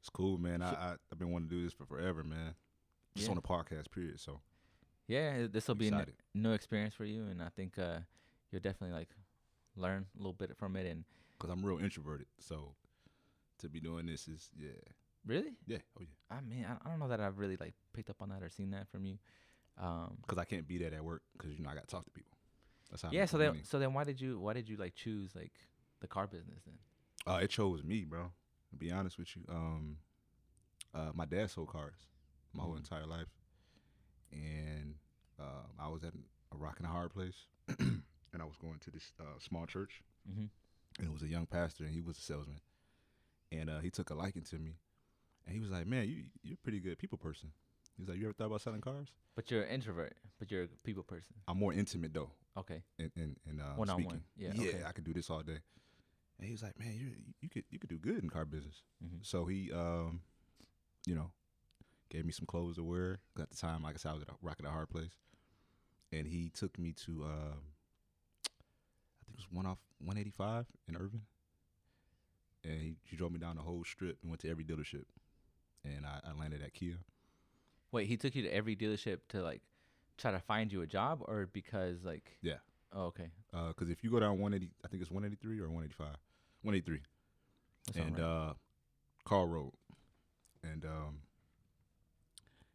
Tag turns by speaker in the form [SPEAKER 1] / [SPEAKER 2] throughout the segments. [SPEAKER 1] It's cool, man. I, I I've been wanting to do this for forever, man. Just
[SPEAKER 2] Yeah.
[SPEAKER 1] on the podcast, period. So
[SPEAKER 2] Yeah, this will be a
[SPEAKER 1] Excited.
[SPEAKER 2] new experience for you, and I think uh, you'll definitely like learn a little bit from it. And
[SPEAKER 1] because I'm real introverted, so to be doing this is yeah,
[SPEAKER 2] really,
[SPEAKER 1] yeah, oh yeah.
[SPEAKER 2] I mean, I, I don't know that I've really like picked up on that or seen that from you. Um,
[SPEAKER 1] Because I can't be that at work because you know I got to talk to people. That's how. I
[SPEAKER 2] yeah.
[SPEAKER 1] make
[SPEAKER 2] So
[SPEAKER 1] my
[SPEAKER 2] then,
[SPEAKER 1] money.
[SPEAKER 2] so then, why did you why did you like choose like the car business then?
[SPEAKER 1] Uh, it chose me, bro. To be honest with you, um, uh, my dad sold cars my whole
[SPEAKER 2] Mhm.
[SPEAKER 1] entire life, and um, I was at a rock and a hard place, and I was going to this uh, small church,
[SPEAKER 2] Mm-hmm.
[SPEAKER 1] and it was a young pastor, and he was a salesman, and uh, he took a liking to me, and he was like, "Man, you you're a pretty good people person." He was like, "You ever thought about selling cars?"
[SPEAKER 2] But you're an introvert, but you're a people person.
[SPEAKER 1] I'm more intimate though,
[SPEAKER 2] Okay.
[SPEAKER 1] and and, and uh,
[SPEAKER 2] One on
[SPEAKER 1] speaking.
[SPEAKER 2] one. Yeah,
[SPEAKER 1] yeah,
[SPEAKER 2] okay.
[SPEAKER 1] I could do this all day. And he was like, "Man, you you could you could do good in car business."
[SPEAKER 2] Mhm.
[SPEAKER 1] So he, um, you know, gave me some clothes to wear. 'Cause At the time, like I said, I was at a, rocking a hard place, and he took me to, um, I think it was one off one eighty five in Irvin, and he, he drove me down the whole strip and went to every dealership, and I, I landed at Kia.
[SPEAKER 2] Wait, he took you to every dealership to like try to find you a job, or because like
[SPEAKER 1] Yeah.
[SPEAKER 2] Oh, okay.
[SPEAKER 1] because Uh, if you go down 180, I think it's 183 or 185, 183,
[SPEAKER 2] That's
[SPEAKER 1] and
[SPEAKER 2] alright.
[SPEAKER 1] uh, Carl Road, and um,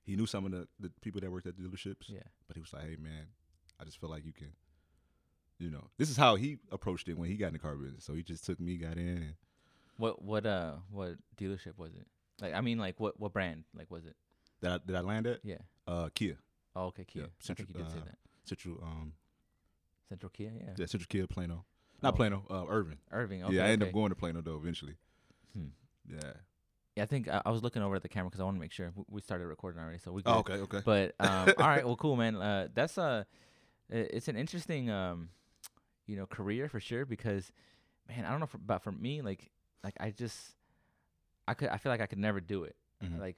[SPEAKER 1] he knew some of the, the people that worked at the dealerships,
[SPEAKER 2] yeah.
[SPEAKER 1] but he was like, "Hey, man, I just feel like you can, you know, this is how he approached it when he got in the car business. So he just took me, got in, and
[SPEAKER 2] What what uh what dealership was it? Like I mean like what what brand like was it?
[SPEAKER 1] that I, did I land at
[SPEAKER 2] Yeah.
[SPEAKER 1] uh, Kia
[SPEAKER 2] Oh, okay, Kia.
[SPEAKER 1] Yeah,
[SPEAKER 2] I think
[SPEAKER 1] Central-
[SPEAKER 2] you did say
[SPEAKER 1] uh,
[SPEAKER 2] that.
[SPEAKER 1] Central, um,
[SPEAKER 2] Central Kia, yeah.
[SPEAKER 1] yeah, Central Kia Plano, not
[SPEAKER 2] Oh.
[SPEAKER 1] Plano, uh, Irvin.
[SPEAKER 2] Irving. Okay,
[SPEAKER 1] yeah, I ended
[SPEAKER 2] okay.
[SPEAKER 1] up going to Plano though eventually.
[SPEAKER 2] Hmm.
[SPEAKER 1] Yeah.
[SPEAKER 2] Yeah, I think I, I was looking over at the camera because I want to make sure W- we started recording already, so we.
[SPEAKER 1] Oh,
[SPEAKER 2] good.
[SPEAKER 1] okay, okay.
[SPEAKER 2] But um, all right, well, cool, man. Uh, that's uh, i- it's an interesting um, you know, career for sure because, man, I don't know, for, but for me, like, like I just, I could, I feel like I could never do it.
[SPEAKER 1] Mhm.
[SPEAKER 2] Like,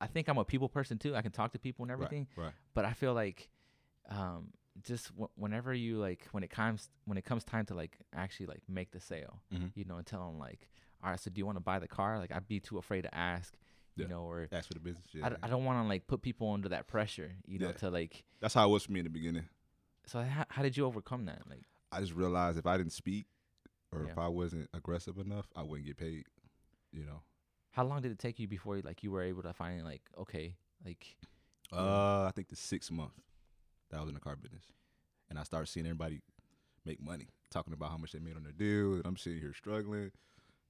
[SPEAKER 2] I think I'm a people person too. I can talk to people and
[SPEAKER 1] Right,
[SPEAKER 2] everything,
[SPEAKER 1] right.
[SPEAKER 2] but I feel like, um, just w- whenever you like, when it comes, when it comes time to like actually like make the sale,
[SPEAKER 1] Mm-hmm.
[SPEAKER 2] you know, and tell them like, all right, so do you want to buy the car? Like, I'd be too afraid to ask, you
[SPEAKER 1] Yeah.
[SPEAKER 2] know, or
[SPEAKER 1] Ask for the business. Yeah,
[SPEAKER 2] I, d- I don't want to like put people under that pressure, you know,
[SPEAKER 1] Yeah.
[SPEAKER 2] to like.
[SPEAKER 1] that's how it was for me in the beginning.
[SPEAKER 2] So how, how did you overcome that? Like,
[SPEAKER 1] I just realized if I didn't speak or
[SPEAKER 2] Yeah.
[SPEAKER 1] if I wasn't aggressive enough, I wouldn't get paid. You know,
[SPEAKER 2] how long did it take you before like you were able to finally like, okay, like, Yeah.
[SPEAKER 1] uh, I think the sixth month that I was in the car business, and I started seeing everybody make money, talking about how much they made on their deal, and I'm sitting here struggling.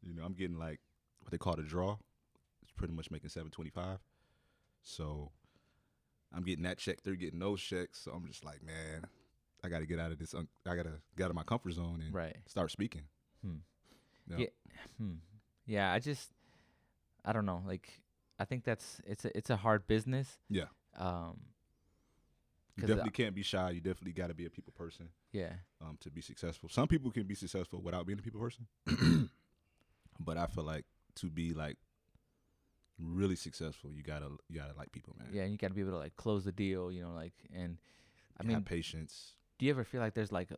[SPEAKER 1] You know, I'm getting like what they call the draw. It's pretty much making seven twenty five. So I'm getting that check. They're getting those checks. So I'm just like, man, I got to get out of this. Un- I got to get out of my comfort zone and
[SPEAKER 2] right?
[SPEAKER 1] start speaking.
[SPEAKER 2] Hmm.
[SPEAKER 1] You know?
[SPEAKER 2] Yeah. Hmm. Yeah. I just, I don't know. Like, I think that's it's a it's a hard business.
[SPEAKER 1] Yeah.
[SPEAKER 2] Um.
[SPEAKER 1] You
[SPEAKER 2] 'Cause uh,
[SPEAKER 1] definitely can't be shy. You definitely got to be a people person
[SPEAKER 2] Yeah.
[SPEAKER 1] um, to be successful. Some people can be successful without being a people person, but I feel like to be like really successful, you gotta you gotta like people, man.
[SPEAKER 2] Yeah. And you got to be able to like close the deal, you know, like, and I
[SPEAKER 1] You
[SPEAKER 2] mean,
[SPEAKER 1] have patience.
[SPEAKER 2] do you ever feel like there's like a,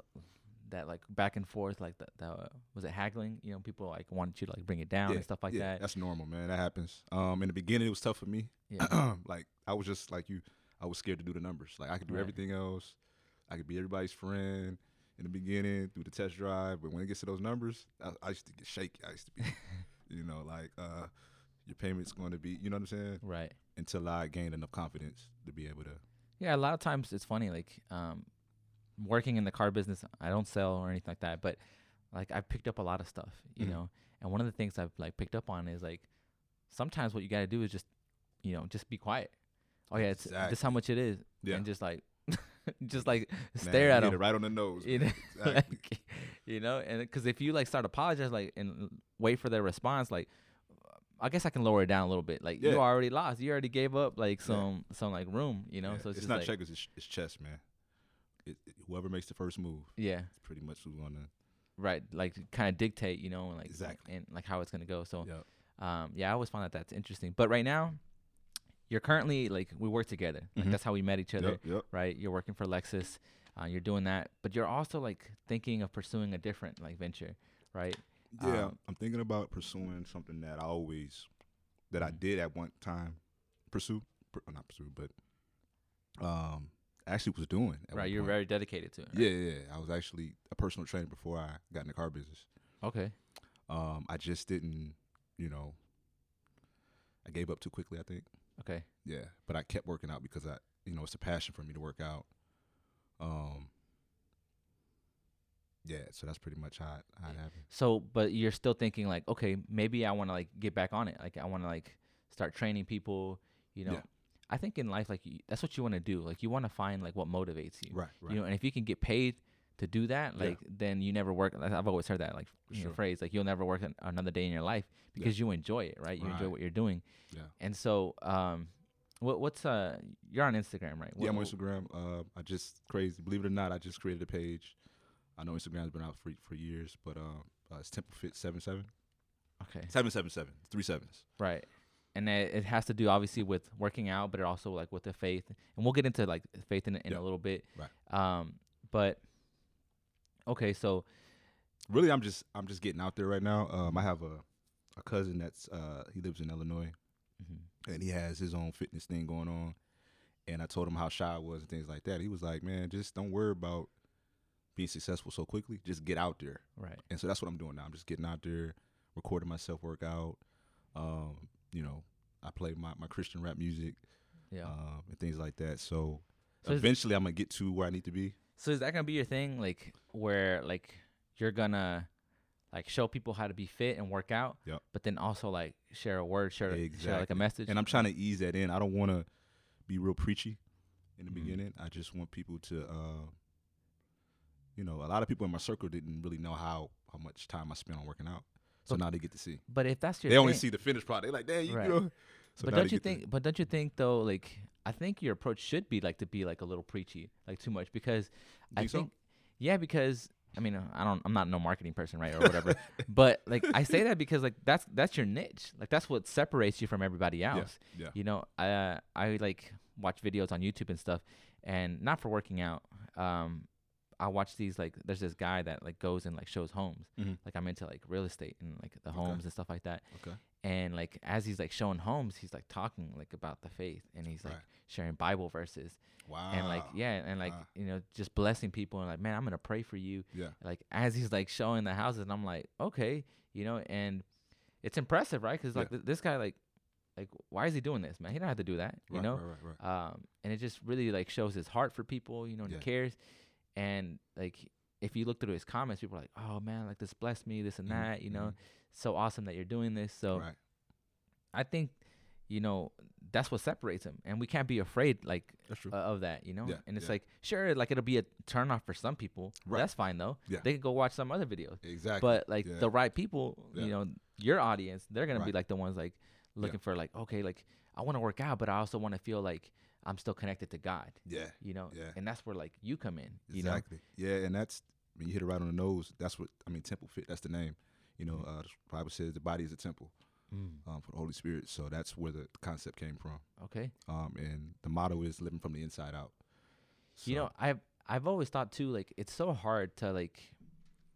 [SPEAKER 2] that like back and forth like that, that uh, was it haggling you know people like wanted you to like bring it down and stuff like
[SPEAKER 1] yeah,
[SPEAKER 2] that
[SPEAKER 1] That's normal, man. That happens. Um, in the beginning, it was tough for me.
[SPEAKER 2] yeah
[SPEAKER 1] like I was just like you. I was scared to do the numbers. Like I could do
[SPEAKER 2] Right.
[SPEAKER 1] everything else. I could be everybody's friend in the beginning, do the test drive. But when it gets to those numbers, I, I used to get shaky. I used to be, you know, like uh, your payment's going to be, you know what I'm saying?
[SPEAKER 2] right
[SPEAKER 1] Until I gained enough confidence to be able to.
[SPEAKER 2] yeah a lot of times it's funny like um working in the car business i don't sell or anything like that but like i've picked up a lot of stuff you
[SPEAKER 1] Mhm.
[SPEAKER 2] know and one of the things i've like picked up on is like sometimes what you got to do is just you know just be quiet oh yeah it's this how
[SPEAKER 1] Exactly.
[SPEAKER 2] much it is
[SPEAKER 1] Yeah.
[SPEAKER 2] and just like just like
[SPEAKER 1] Man,
[SPEAKER 2] stare
[SPEAKER 1] you
[SPEAKER 2] at
[SPEAKER 1] hit
[SPEAKER 2] them
[SPEAKER 1] it right on the nose.
[SPEAKER 2] you know,
[SPEAKER 1] Exactly.
[SPEAKER 2] like, you know, and because if you like start apologizing, like, and wait for their response, like, I guess I can lower it down a little bit. Like,
[SPEAKER 1] Yeah.
[SPEAKER 2] you already lost, you already gave up like
[SPEAKER 1] Yeah.
[SPEAKER 2] some some like room, you know.
[SPEAKER 1] Yeah,
[SPEAKER 2] So
[SPEAKER 1] it's
[SPEAKER 2] it's, just
[SPEAKER 1] not
[SPEAKER 2] like,
[SPEAKER 1] checkers. It's, it's chess, man. It, it- whoever makes the first move,
[SPEAKER 2] yeah,
[SPEAKER 1] is pretty much who's gonna.
[SPEAKER 2] right, like kind of dictate, you know, and like
[SPEAKER 1] Exactly.
[SPEAKER 2] and like how it's gonna go. So,
[SPEAKER 1] Yeah.
[SPEAKER 2] um, yeah, I always find that that's interesting. But right now, you're currently like we work together. Like
[SPEAKER 1] Mhm.
[SPEAKER 2] that's how we met each other,
[SPEAKER 1] Yep, yep.
[SPEAKER 2] right? You're working for Lexus, uh, you're doing that, but you're also like thinking of pursuing a different like venture, right?
[SPEAKER 1] Yeah,
[SPEAKER 2] Um,
[SPEAKER 1] I'm thinking about pursuing something that I always that I
[SPEAKER 2] Mhm.
[SPEAKER 1] did at one time pursue, pr- not pursue, but um, actually was doing. At
[SPEAKER 2] right,
[SPEAKER 1] one
[SPEAKER 2] you're
[SPEAKER 1] point.
[SPEAKER 2] very dedicated to it. right?
[SPEAKER 1] Yeah, yeah. yeah. I was actually a personal trainer before I got in the car business.
[SPEAKER 2] Okay.
[SPEAKER 1] Um, I just didn't, you know, I gave up too quickly. I think.
[SPEAKER 2] Okay.
[SPEAKER 1] Yeah, but I kept working out because I, you know, it's a passion for me to work out. Um. Yeah, so that's pretty much how it, how it happened.
[SPEAKER 2] So, but you're still thinking like, okay, maybe I want to like get back on it. Like, I want to like start training people. You know,
[SPEAKER 1] Yeah.
[SPEAKER 2] I think in life, like you, that's what you want to do. Like, you want to find like what motivates you.
[SPEAKER 1] Right, right.
[SPEAKER 2] You know, and if you can get paid to do that,
[SPEAKER 1] Yeah.
[SPEAKER 2] like then you never work. like, I've always heard that like
[SPEAKER 1] For
[SPEAKER 2] you know,
[SPEAKER 1] sure.
[SPEAKER 2] phrase like you'll never work an, another day in your life
[SPEAKER 1] Yeah.
[SPEAKER 2] because you enjoy it, right? You enjoy
[SPEAKER 1] Right.
[SPEAKER 2] what you're doing.
[SPEAKER 1] Yeah.
[SPEAKER 2] And so, um, what what's uh, you're on Instagram, right?
[SPEAKER 1] yeah, I'm on
[SPEAKER 2] What-
[SPEAKER 1] Instagram. Uh, I just crazy. Believe it or not, I just created a page. I know Instagram's been out for for years, but um, uh, it's Temple Fit seven seven
[SPEAKER 2] Okay.
[SPEAKER 1] seven seven seven three sevens.
[SPEAKER 2] Right. And it, it has to do obviously with working out, but it also like with the faith. And we'll get into like faith in, in
[SPEAKER 1] Yeah.
[SPEAKER 2] a little bit.
[SPEAKER 1] Right.
[SPEAKER 2] Um, but okay, so
[SPEAKER 1] Really, I'm just I'm just getting out there right now. Um, I have a a cousin that's uh he lives in Illinois
[SPEAKER 2] mm-hmm.
[SPEAKER 1] and he has his own fitness thing going on. And I told him how shy I was and things like that. He was like, "Man, just don't worry about being successful so quickly. Just get out there."
[SPEAKER 2] right.
[SPEAKER 1] And so that's what I'm doing now. I'm just getting out there, recording myself work out. Um, you know, I play my, my Christian rap music
[SPEAKER 2] Yeah.
[SPEAKER 1] um, and things like that. So,
[SPEAKER 2] So is-
[SPEAKER 1] eventually, I'm gonna get to where I need to be.
[SPEAKER 2] so is that gonna be your thing, like where like you're gonna like show people how to be fit and work out,
[SPEAKER 1] Yep.
[SPEAKER 2] but then also like share a word, share, share like a
[SPEAKER 1] Exactly.
[SPEAKER 2] message.
[SPEAKER 1] And I'm trying to ease that in. I don't want to be real preachy in the
[SPEAKER 2] Mhm.
[SPEAKER 1] beginning. I just want people to, uh, you know, a lot of people in my circle didn't really know how how much time I spent on working out. So
[SPEAKER 2] But
[SPEAKER 1] now they get to see.
[SPEAKER 2] but if that's your
[SPEAKER 1] They only
[SPEAKER 2] thing-
[SPEAKER 1] see the finished product. They're like, "Damn, you
[SPEAKER 2] Right.
[SPEAKER 1] know." So
[SPEAKER 2] but
[SPEAKER 1] now they
[SPEAKER 2] don't you
[SPEAKER 1] get to-
[SPEAKER 2] think? But don't you think though? Like, I think your approach should be like to be like a little preachy, like too much, because I
[SPEAKER 1] Think so?
[SPEAKER 2] think, yeah, because I mean, uh, I don't, I'm not no marketing person, right, or whatever. but like, I say that because like that's that's your niche, like that's what separates you from everybody else.
[SPEAKER 1] yeah, yeah,
[SPEAKER 2] You know, I uh, I like watch videos on YouTube and stuff, and not for working out. Um, I watch these like there's this guy that like goes and like shows homes.
[SPEAKER 1] Mhm.
[SPEAKER 2] Like I'm into like real estate and like the homes and stuff like that
[SPEAKER 1] okay,
[SPEAKER 2] and like as he's like showing homes he's like talking like about the faith and he's like
[SPEAKER 1] Right.
[SPEAKER 2] sharing bible verses
[SPEAKER 1] wow,
[SPEAKER 2] and like yeah and like
[SPEAKER 1] ah.
[SPEAKER 2] you know just blessing people and like man i'm gonna pray for you
[SPEAKER 1] yeah,
[SPEAKER 2] like as he's like showing the houses and i'm like okay you know and it's impressive right because
[SPEAKER 1] Yeah.
[SPEAKER 2] like th- this guy like like why is he doing this man he don't have to do that you
[SPEAKER 1] right,
[SPEAKER 2] know
[SPEAKER 1] right, right, right.
[SPEAKER 2] um, and it just really like shows his heart for people, you know, and
[SPEAKER 1] Yeah.
[SPEAKER 2] he cares. And like, if you look through his comments, people are like, "Oh man, like this blessed me, this and
[SPEAKER 1] Mhm,
[SPEAKER 2] that," you know,
[SPEAKER 1] mhm.
[SPEAKER 2] so awesome that you're doing this. So
[SPEAKER 1] Right.
[SPEAKER 2] I think, you know, that's what separates him, and we can't be afraid like
[SPEAKER 1] That's true.
[SPEAKER 2] uh, of that, you know.
[SPEAKER 1] Yeah,
[SPEAKER 2] and it's
[SPEAKER 1] yeah.
[SPEAKER 2] like, sure, like it'll be a turnoff for some people.
[SPEAKER 1] Right.
[SPEAKER 2] That's fine though.
[SPEAKER 1] Yeah.
[SPEAKER 2] They can go watch some other videos.
[SPEAKER 1] exactly.
[SPEAKER 2] But like
[SPEAKER 1] yeah.
[SPEAKER 2] the right people,
[SPEAKER 1] Yeah.
[SPEAKER 2] you know, your audience, they're gonna be
[SPEAKER 1] Right.
[SPEAKER 2] like the ones like looking for like, okay, like I want to work out, but I also want to feel like I'm still connected to God,
[SPEAKER 1] yeah,
[SPEAKER 2] you know.
[SPEAKER 1] Yeah.
[SPEAKER 2] And that's where like you come in, you
[SPEAKER 1] exactly. Yeah, and that's I mean, you hit it right on the nose. That's what I mean. Temple fit. That's the name. You know,
[SPEAKER 2] Mm-hmm.
[SPEAKER 1] uh, the Bible says the body is a temple
[SPEAKER 2] know.
[SPEAKER 1] um, for the Holy Spirit. So that's where the concept came from.
[SPEAKER 2] Okay.
[SPEAKER 1] Um, and the motto is living from the inside out.
[SPEAKER 2] You
[SPEAKER 1] So,
[SPEAKER 2] know, I've I've always thought too, like it's so hard to like.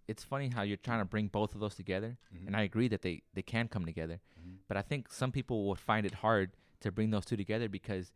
[SPEAKER 2] It's funny how you're trying to bring both of those together,
[SPEAKER 1] mhm.
[SPEAKER 2] and I agree that they they can come together,
[SPEAKER 1] Mhm.
[SPEAKER 2] but I think some people will find it hard to bring those two together because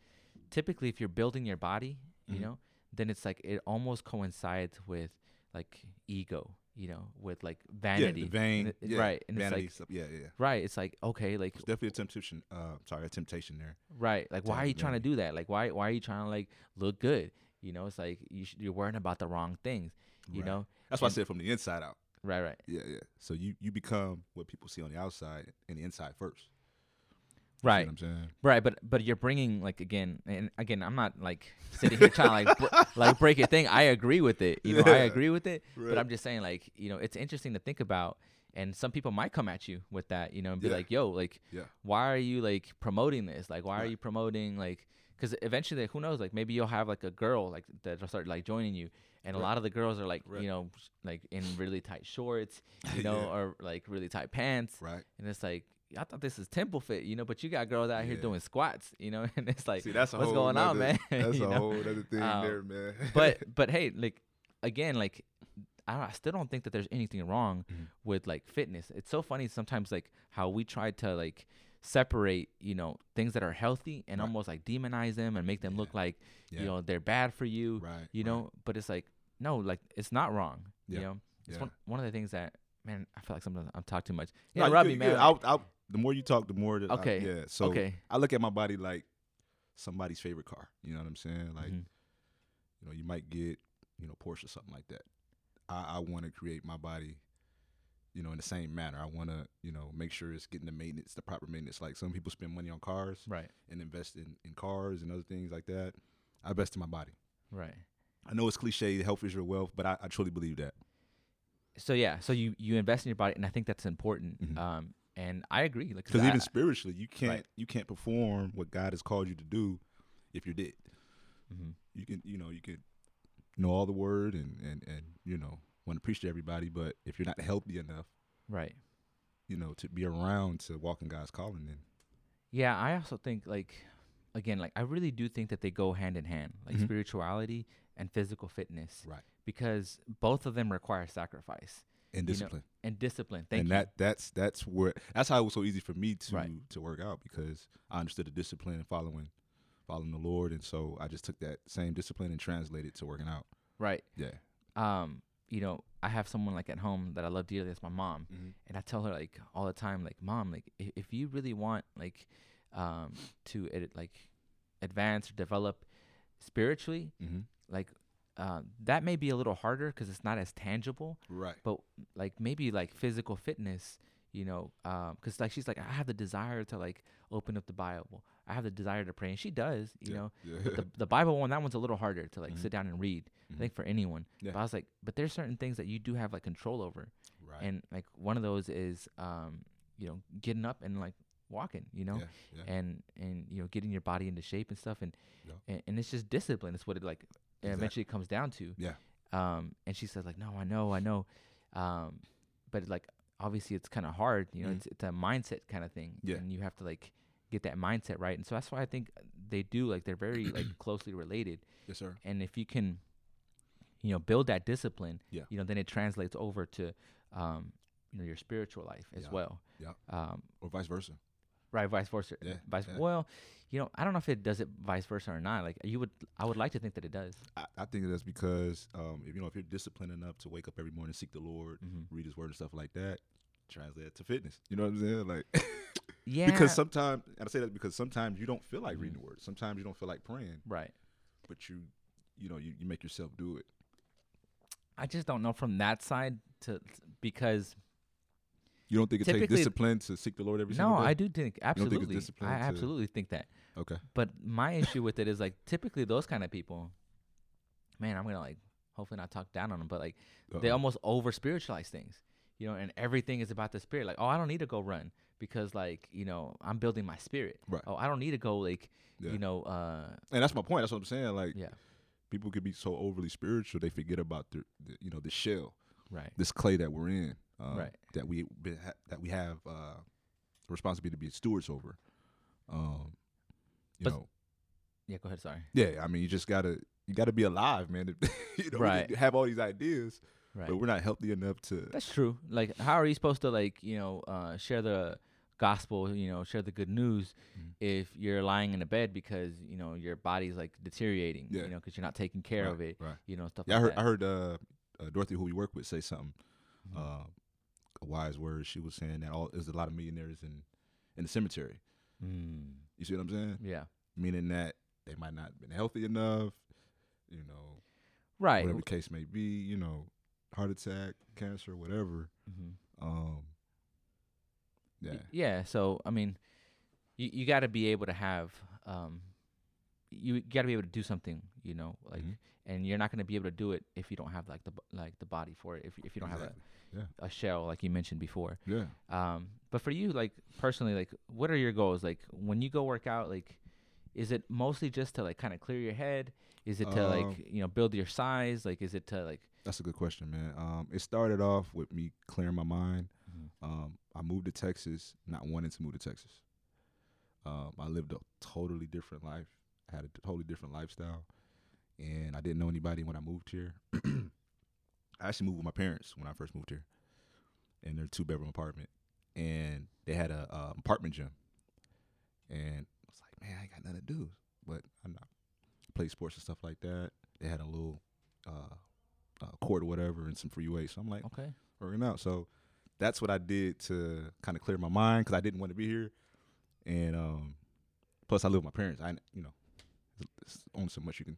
[SPEAKER 2] typically, if you're building your body, you
[SPEAKER 1] Mhm.
[SPEAKER 2] know, then it's like it almost coincides with like ego, you know, with like vanity,
[SPEAKER 1] yeah, the vein,
[SPEAKER 2] it-
[SPEAKER 1] yeah,
[SPEAKER 2] right? And
[SPEAKER 1] vanity,
[SPEAKER 2] it's like
[SPEAKER 1] stuff. yeah, yeah.
[SPEAKER 2] right, it's like okay, like
[SPEAKER 1] It's definitely a temptation. Uh, sorry, a temptation there.
[SPEAKER 2] Right. Like, why
[SPEAKER 1] type
[SPEAKER 2] are
[SPEAKER 1] of
[SPEAKER 2] you trying to do that? Like, why why are you trying to like look good? You know, it's like you sh- you're worrying about the wrong things. You
[SPEAKER 1] Right.
[SPEAKER 2] know.
[SPEAKER 1] That's why I
[SPEAKER 2] And-
[SPEAKER 1] said from the inside out.
[SPEAKER 2] Right. Right.
[SPEAKER 1] Yeah, yeah. So you you become what people see on the outside and the inside first. You see
[SPEAKER 2] Right.
[SPEAKER 1] what I'm saying.
[SPEAKER 2] Right. But but you're bringing like again and again. I'm not like sitting here trying to like br- like break your thing. I agree with it. You know, I
[SPEAKER 1] Yeah.
[SPEAKER 2] agree with it. But
[SPEAKER 1] Right.
[SPEAKER 2] I'm just saying like you know, it's interesting to think about. And some people might come at you with that, you know, and be
[SPEAKER 1] Yeah.
[SPEAKER 2] like, "Yo, like,
[SPEAKER 1] Yeah.
[SPEAKER 2] why are you like promoting this? Like, why are
[SPEAKER 1] Right.
[SPEAKER 2] you promoting like?" Because eventually, who knows? Like, maybe you'll have like a girl like that'll start like joining you, and a
[SPEAKER 1] Right.
[SPEAKER 2] lot of the girls are like,
[SPEAKER 1] Right.
[SPEAKER 2] you know, s- like in really tight shorts, you know,
[SPEAKER 1] Yeah.
[SPEAKER 2] or like really tight pants,
[SPEAKER 1] Right.
[SPEAKER 2] and it's like. I thought this is temple fit, you know, but you got girls out here
[SPEAKER 1] Yeah.
[SPEAKER 2] doing squats, you know, and it's like,
[SPEAKER 1] See, that's a
[SPEAKER 2] what's
[SPEAKER 1] whole
[SPEAKER 2] going on, man?
[SPEAKER 1] nother- That's
[SPEAKER 2] You
[SPEAKER 1] a
[SPEAKER 2] know?
[SPEAKER 1] whole other thing
[SPEAKER 2] Um,
[SPEAKER 1] there, man.
[SPEAKER 2] but but hey, like again, like I, don't, I still don't think that there's anything wrong
[SPEAKER 1] Mhm.
[SPEAKER 2] with like fitness. It's so funny sometimes, like how we try to like separate you know things that are healthy and
[SPEAKER 1] Right.
[SPEAKER 2] almost like demonize them and make them look like
[SPEAKER 1] Yeah.
[SPEAKER 2] you know they're bad for you
[SPEAKER 1] right.
[SPEAKER 2] you
[SPEAKER 1] right.
[SPEAKER 2] know but it's like no like it's not wrong
[SPEAKER 1] Yeah,
[SPEAKER 2] you know it's
[SPEAKER 1] yeah.
[SPEAKER 2] one, one of the things that man i feel like sometimes i'm talking too much
[SPEAKER 1] No,
[SPEAKER 2] yeah
[SPEAKER 1] you
[SPEAKER 2] robbie
[SPEAKER 1] good, you
[SPEAKER 2] man
[SPEAKER 1] good.
[SPEAKER 2] like-
[SPEAKER 1] I'll, I'll, the more you talk, the more. That I-
[SPEAKER 2] Okay,
[SPEAKER 1] yeah. So
[SPEAKER 2] okay
[SPEAKER 1] I look at my body like somebody's favorite car. You know what I'm saying? Like
[SPEAKER 2] Mhm.
[SPEAKER 1] you know, you might get you know Porsche or something like that. I, I want to create my body, you know, in the same manner. I want to you know make sure it's getting the maintenance, the proper maintenance. Like some people spend money on cars
[SPEAKER 2] right
[SPEAKER 1] and invest in, in cars and other things like that. I invest in my body.
[SPEAKER 2] right
[SPEAKER 1] I know it's cliche, health is your wealth, but I, I truly believe that.
[SPEAKER 2] so yeah so you you invest in your body and i think that's important
[SPEAKER 1] Mhm.
[SPEAKER 2] um and i agree like
[SPEAKER 1] Because
[SPEAKER 2] I-
[SPEAKER 1] even spiritually, you can't
[SPEAKER 2] Right.
[SPEAKER 1] you can't perform what God has called you to do if you're dead.
[SPEAKER 2] Mhm.
[SPEAKER 1] you can you know you can know all the word and and and you know want to preach to everybody but if you're not healthy enough
[SPEAKER 2] right
[SPEAKER 1] you know to be around to walk in god's calling then
[SPEAKER 2] yeah i also think like again like i really do think that they go hand in hand like
[SPEAKER 1] Mhm.
[SPEAKER 2] spirituality and physical fitness
[SPEAKER 1] Right.
[SPEAKER 2] because both of them require sacrifice
[SPEAKER 1] and
[SPEAKER 2] know,
[SPEAKER 1] discipline
[SPEAKER 2] and discipline thank
[SPEAKER 1] and
[SPEAKER 2] you
[SPEAKER 1] that that's that's where that's how it was so easy for me to
[SPEAKER 2] Right.
[SPEAKER 1] to work out because i understood the discipline and following following the lord and so i just took that same discipline and translated it to working out
[SPEAKER 2] right
[SPEAKER 1] yeah
[SPEAKER 2] um, you know, I have someone like at home that I love dearly. That's my mom, and I tell her like all the time, like, mom, like if, if you really want like, um, to ed- like advance or develop spiritually,
[SPEAKER 1] mm-hmm.
[SPEAKER 2] like, uh, that may be a little harder because it's not as tangible.
[SPEAKER 1] right
[SPEAKER 2] Like maybe like physical fitness, you know, because like she's like, I have the desire to like open up the Bible. I have the desire to pray, and she does, you know. But the, the Bible one, that one's a little harder to like
[SPEAKER 1] Mhm.
[SPEAKER 2] sit down and read.
[SPEAKER 1] Mhm.
[SPEAKER 2] I think for anyone.
[SPEAKER 1] Yeah.
[SPEAKER 2] But I was like, but there's certain things that you do have like control over,
[SPEAKER 1] right
[SPEAKER 2] and like one of those is, um, you know, getting up and like walking, you know,
[SPEAKER 1] yeah, yeah.
[SPEAKER 2] and and you know getting your body into shape and stuff, and
[SPEAKER 1] Yeah.
[SPEAKER 2] and, and it's just discipline. It's what it like eventually comes down to.
[SPEAKER 1] Yeah.
[SPEAKER 2] Um, and she said like, no, I know, I know, um, but like obviously it's kind of hard, you know,
[SPEAKER 1] Mhm.
[SPEAKER 2] it's it's a mindset kind of thing,
[SPEAKER 1] Yeah.
[SPEAKER 2] and you have to like get that mindset right, and so that's why I think they do like they're very like closely related
[SPEAKER 1] yes sir
[SPEAKER 2] and if you can you know build that discipline
[SPEAKER 1] Yeah.
[SPEAKER 2] you know then it translates over to um you know your spiritual life as
[SPEAKER 1] Yeah.
[SPEAKER 2] well
[SPEAKER 1] Yeah.
[SPEAKER 2] um
[SPEAKER 1] or vice versa
[SPEAKER 2] right vice versa
[SPEAKER 1] Yeah,
[SPEAKER 2] Uh, vice
[SPEAKER 1] yeah.
[SPEAKER 2] well you know i don't know if it does it vice versa or not like you would i would like to think that it does
[SPEAKER 1] I, I think that's because um, if you know if you're disciplined enough to wake up every morning, seek the Lord,
[SPEAKER 2] Mhm.
[SPEAKER 1] read His Word and stuff like that, translate it to fitness. You know what I'm saying? Like
[SPEAKER 2] yeah
[SPEAKER 1] because sometimes and I say that because sometimes you don't feel like
[SPEAKER 2] Mhm.
[SPEAKER 1] reading the Word, sometimes you don't feel like praying,
[SPEAKER 2] right
[SPEAKER 1] but you you know you, you make yourself do it.
[SPEAKER 2] i just don't know from that side to because
[SPEAKER 1] You don't think it takes
[SPEAKER 2] Typically-
[SPEAKER 1] discipline to seek the Lord every
[SPEAKER 2] no
[SPEAKER 1] single day?
[SPEAKER 2] i do think
[SPEAKER 1] think it's
[SPEAKER 2] absolutely
[SPEAKER 1] discipline
[SPEAKER 2] i
[SPEAKER 1] to-
[SPEAKER 2] absolutely think that
[SPEAKER 1] Okay,
[SPEAKER 2] but my issue with it is like typically those kind of people man i'm gonna like hopefully not talk down on them but like they
[SPEAKER 1] Uh-oh.
[SPEAKER 2] almost over spiritualize things you know and everything is about the spirit like oh i don't need to go run because like you know i'm building my spirit
[SPEAKER 1] Right.
[SPEAKER 2] oh i don't need to go like
[SPEAKER 1] Yeah.
[SPEAKER 2] you know uh
[SPEAKER 1] and that's my point. That's what I'm saying. Like
[SPEAKER 2] yeah
[SPEAKER 1] people could be so overly spiritual, they forget about their the, you know the shell,
[SPEAKER 2] right
[SPEAKER 1] this clay that we're in, um,
[SPEAKER 2] Right.
[SPEAKER 1] That we been ha- that we have uh, the responsibility to be stewards over. Um, you
[SPEAKER 2] But-
[SPEAKER 1] know,
[SPEAKER 2] yeah go ahead sorry
[SPEAKER 1] yeah. I mean, you just gotta you gotta be alive, man. to- you know, we
[SPEAKER 2] Right.
[SPEAKER 1] can have all these ideas,
[SPEAKER 2] right
[SPEAKER 1] but we're not healthy enough to.
[SPEAKER 2] that's true like how are you supposed to like you know uh share the gospel you know share the good news
[SPEAKER 1] Mhm.
[SPEAKER 2] if you're lying in a bed because you know your body's like deteriorating
[SPEAKER 1] Yeah.
[SPEAKER 2] you know because you're not taking care
[SPEAKER 1] Right,
[SPEAKER 2] of it
[SPEAKER 1] right.
[SPEAKER 2] you know stuff
[SPEAKER 1] Yeah, I
[SPEAKER 2] like
[SPEAKER 1] heard
[SPEAKER 2] that
[SPEAKER 1] I heard uh, uh, Dorothy, who we work with, say something.
[SPEAKER 2] Mhm.
[SPEAKER 1] Uh, a wise word. She was saying that all there's a lot of millionaires in in the cemetery.
[SPEAKER 2] Mm,
[SPEAKER 1] You see what I'm saying?
[SPEAKER 2] yeah
[SPEAKER 1] Meaning that they might not have been healthy enough. You know,
[SPEAKER 2] right
[SPEAKER 1] whatever the case may be, you know, heart attack, cancer, whatever.
[SPEAKER 2] Mhm.
[SPEAKER 1] Um, yeah,
[SPEAKER 2] Y- yeah so i mean you, you got to be able to have um you got to be able to do something you know like
[SPEAKER 1] Mhm.
[SPEAKER 2] and you're not going to be able to do it if you don't have like the bo- like the body for it if if you don't
[SPEAKER 1] exactly.
[SPEAKER 2] have a, a shell like you mentioned before
[SPEAKER 1] yeah.
[SPEAKER 2] um but for you like personally like what are your goals like when you go work out like is it mostly just to like kind of clear your head is it to
[SPEAKER 1] Um,
[SPEAKER 2] like you know build your size like is it to like
[SPEAKER 1] That's a good question, man. Um, it started off with me clearing my mind. Um, I moved to Texas, not wanting to move to Texas. Um, I lived a totally different life. I had a totally different lifestyle, and I didn't know anybody when I moved here. I actually moved with my parents when I first moved here, in their two bedroom apartment, and they had a, uh apartment gym. and I was like, man, I ain't got nothing to do. But I'm not play sports and stuff like that. They had a little uh, uh, court or whatever and some free weights. So I'm like,
[SPEAKER 2] Okay.
[SPEAKER 1] working out. So that's what I did to kind of clear my mind because I didn't want to be here. And um, plus, I live with my parents. I, you know, it's it's only so much you can.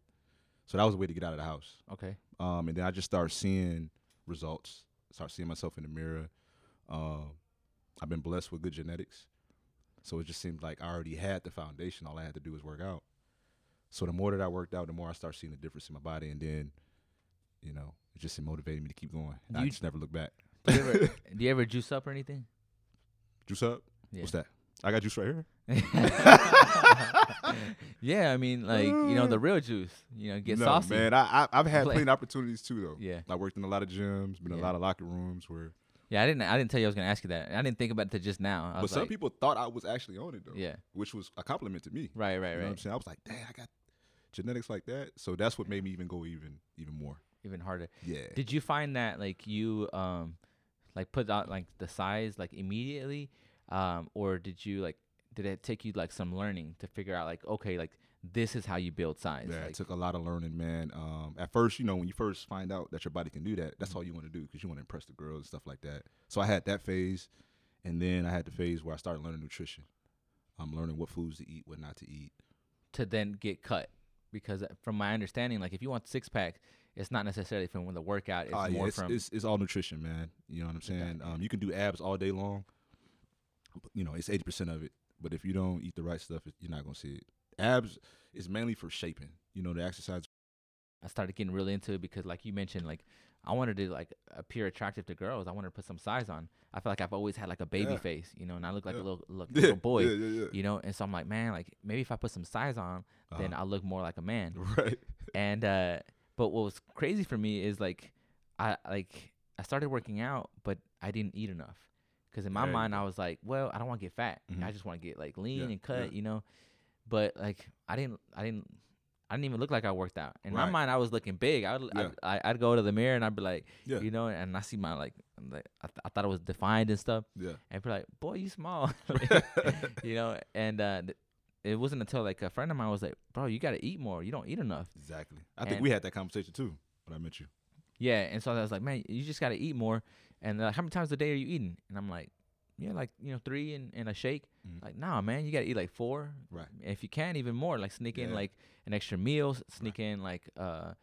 [SPEAKER 1] So that was a way to get out of the house.
[SPEAKER 2] Okay.
[SPEAKER 1] Um, and then I just started seeing results. Start seeing myself in the mirror. Um, I've been blessed with good genetics, so it just seemed like I already had the foundation. All I had to do was work out. So the more that I worked out, the more I started seeing the difference in my body, and then, you know, it just motivated me to keep going. And I
[SPEAKER 2] You-
[SPEAKER 1] just never looked back.
[SPEAKER 2] Do you ever, do you ever juice up or anything?
[SPEAKER 1] Juice up?
[SPEAKER 2] Yeah.
[SPEAKER 1] What's that? I got juice right here.
[SPEAKER 2] yeah, I mean, like you know, the real juice. You know, get
[SPEAKER 1] no,
[SPEAKER 2] saucy.
[SPEAKER 1] man. I, I I've had
[SPEAKER 2] Play.
[SPEAKER 1] plenty of opportunities too, though.
[SPEAKER 2] Yeah,
[SPEAKER 1] I worked in a lot of gyms, been in
[SPEAKER 2] Yeah.
[SPEAKER 1] a lot of locker rooms where.
[SPEAKER 2] yeah. I didn't. I didn't tell you I was gonna ask you that. I didn't think about it till just now. I
[SPEAKER 1] But
[SPEAKER 2] was
[SPEAKER 1] some
[SPEAKER 2] like,
[SPEAKER 1] people thought I was actually on it though,
[SPEAKER 2] Yeah.
[SPEAKER 1] which was a compliment to me.
[SPEAKER 2] Right. Right.
[SPEAKER 1] You know what I'm
[SPEAKER 2] Right.
[SPEAKER 1] saying? I was like, dang, I got genetics like that. So that's what made me even go even even more.
[SPEAKER 2] Even harder.
[SPEAKER 1] Yeah.
[SPEAKER 2] Did you find that like you um like put out like the size like immediately um or did you like did it take you like some learning to figure out like okay like this is how you build size
[SPEAKER 1] yeah,
[SPEAKER 2] like
[SPEAKER 1] it took a lot of learning, man. Um, at first, you know, when you first find out that your body can do that, that's
[SPEAKER 2] Mm-hmm.
[SPEAKER 1] all you want to do because you want to impress the girls and stuff like that. So I had that phase, and then I had the phase where I started learning nutrition. I'm learning what foods to eat, what not to eat.
[SPEAKER 2] to then get cut because uh, from my understanding like if you want six pack it's not necessarily from when the workout it's
[SPEAKER 1] Ah, yeah,
[SPEAKER 2] more
[SPEAKER 1] it's,
[SPEAKER 2] from
[SPEAKER 1] it's, it's all nutrition, man. You know what I'm saying? Um, you can do abs all day long. but, You know, it's 80% of it. But if you don't eat the right stuff, it- you're not going to see it. Abs is mainly for shaping. You know, the exercise.
[SPEAKER 2] I started getting really into it because, like you mentioned, like I wanted to like appear attractive to girls. I wanted to put some size on. I feel like I've always had like a baby
[SPEAKER 1] Yeah.
[SPEAKER 2] face, you know, and I look like a
[SPEAKER 1] Yeah.
[SPEAKER 2] little, look, little boy,
[SPEAKER 1] Yeah, yeah, yeah.
[SPEAKER 2] you know. And so I'm like, man, like maybe if I put some size on, then
[SPEAKER 1] Uh-huh.
[SPEAKER 2] I'll look more like a man.
[SPEAKER 1] Right.
[SPEAKER 2] And uh, but what was crazy for me is like I like I started working out, but I didn't eat enough. Cause in my
[SPEAKER 1] There you
[SPEAKER 2] mind, I was like, well, I don't want to get fat.
[SPEAKER 1] Mhm.
[SPEAKER 2] I just want to get like lean
[SPEAKER 1] Yeah,
[SPEAKER 2] and cut,
[SPEAKER 1] yeah.
[SPEAKER 2] you know. But like I didn't, I didn't. I didn't even look like I worked out. In my
[SPEAKER 1] Right.
[SPEAKER 2] mind, I was looking big. I would,
[SPEAKER 1] Yeah.
[SPEAKER 2] I'd, I'd go to the mirror and I'd be like,
[SPEAKER 1] Yeah.
[SPEAKER 2] you know, and I see my like, I'm like I, th- I thought it was defined and stuff,
[SPEAKER 1] Yeah.
[SPEAKER 2] and be like, boy, you small, you know. And uh, th- it wasn't until like a friend of mine was like, bro, you got to eat more. You don't eat enough.
[SPEAKER 1] Exactly. I think
[SPEAKER 2] And-
[SPEAKER 1] we had that conversation too when I met you.
[SPEAKER 2] Yeah, and so I was like, man, you just gotta eat more. And they're like, how many times a day are you eating? And I'm like, yeah, like you know, three and, and a shake.
[SPEAKER 1] Mhm.
[SPEAKER 2] Like, nah, man, you gotta eat like four.
[SPEAKER 1] Right.
[SPEAKER 2] If you can, even more. Like sneak in
[SPEAKER 1] Yeah.
[SPEAKER 2] like an extra meal, s- sneak in like uh,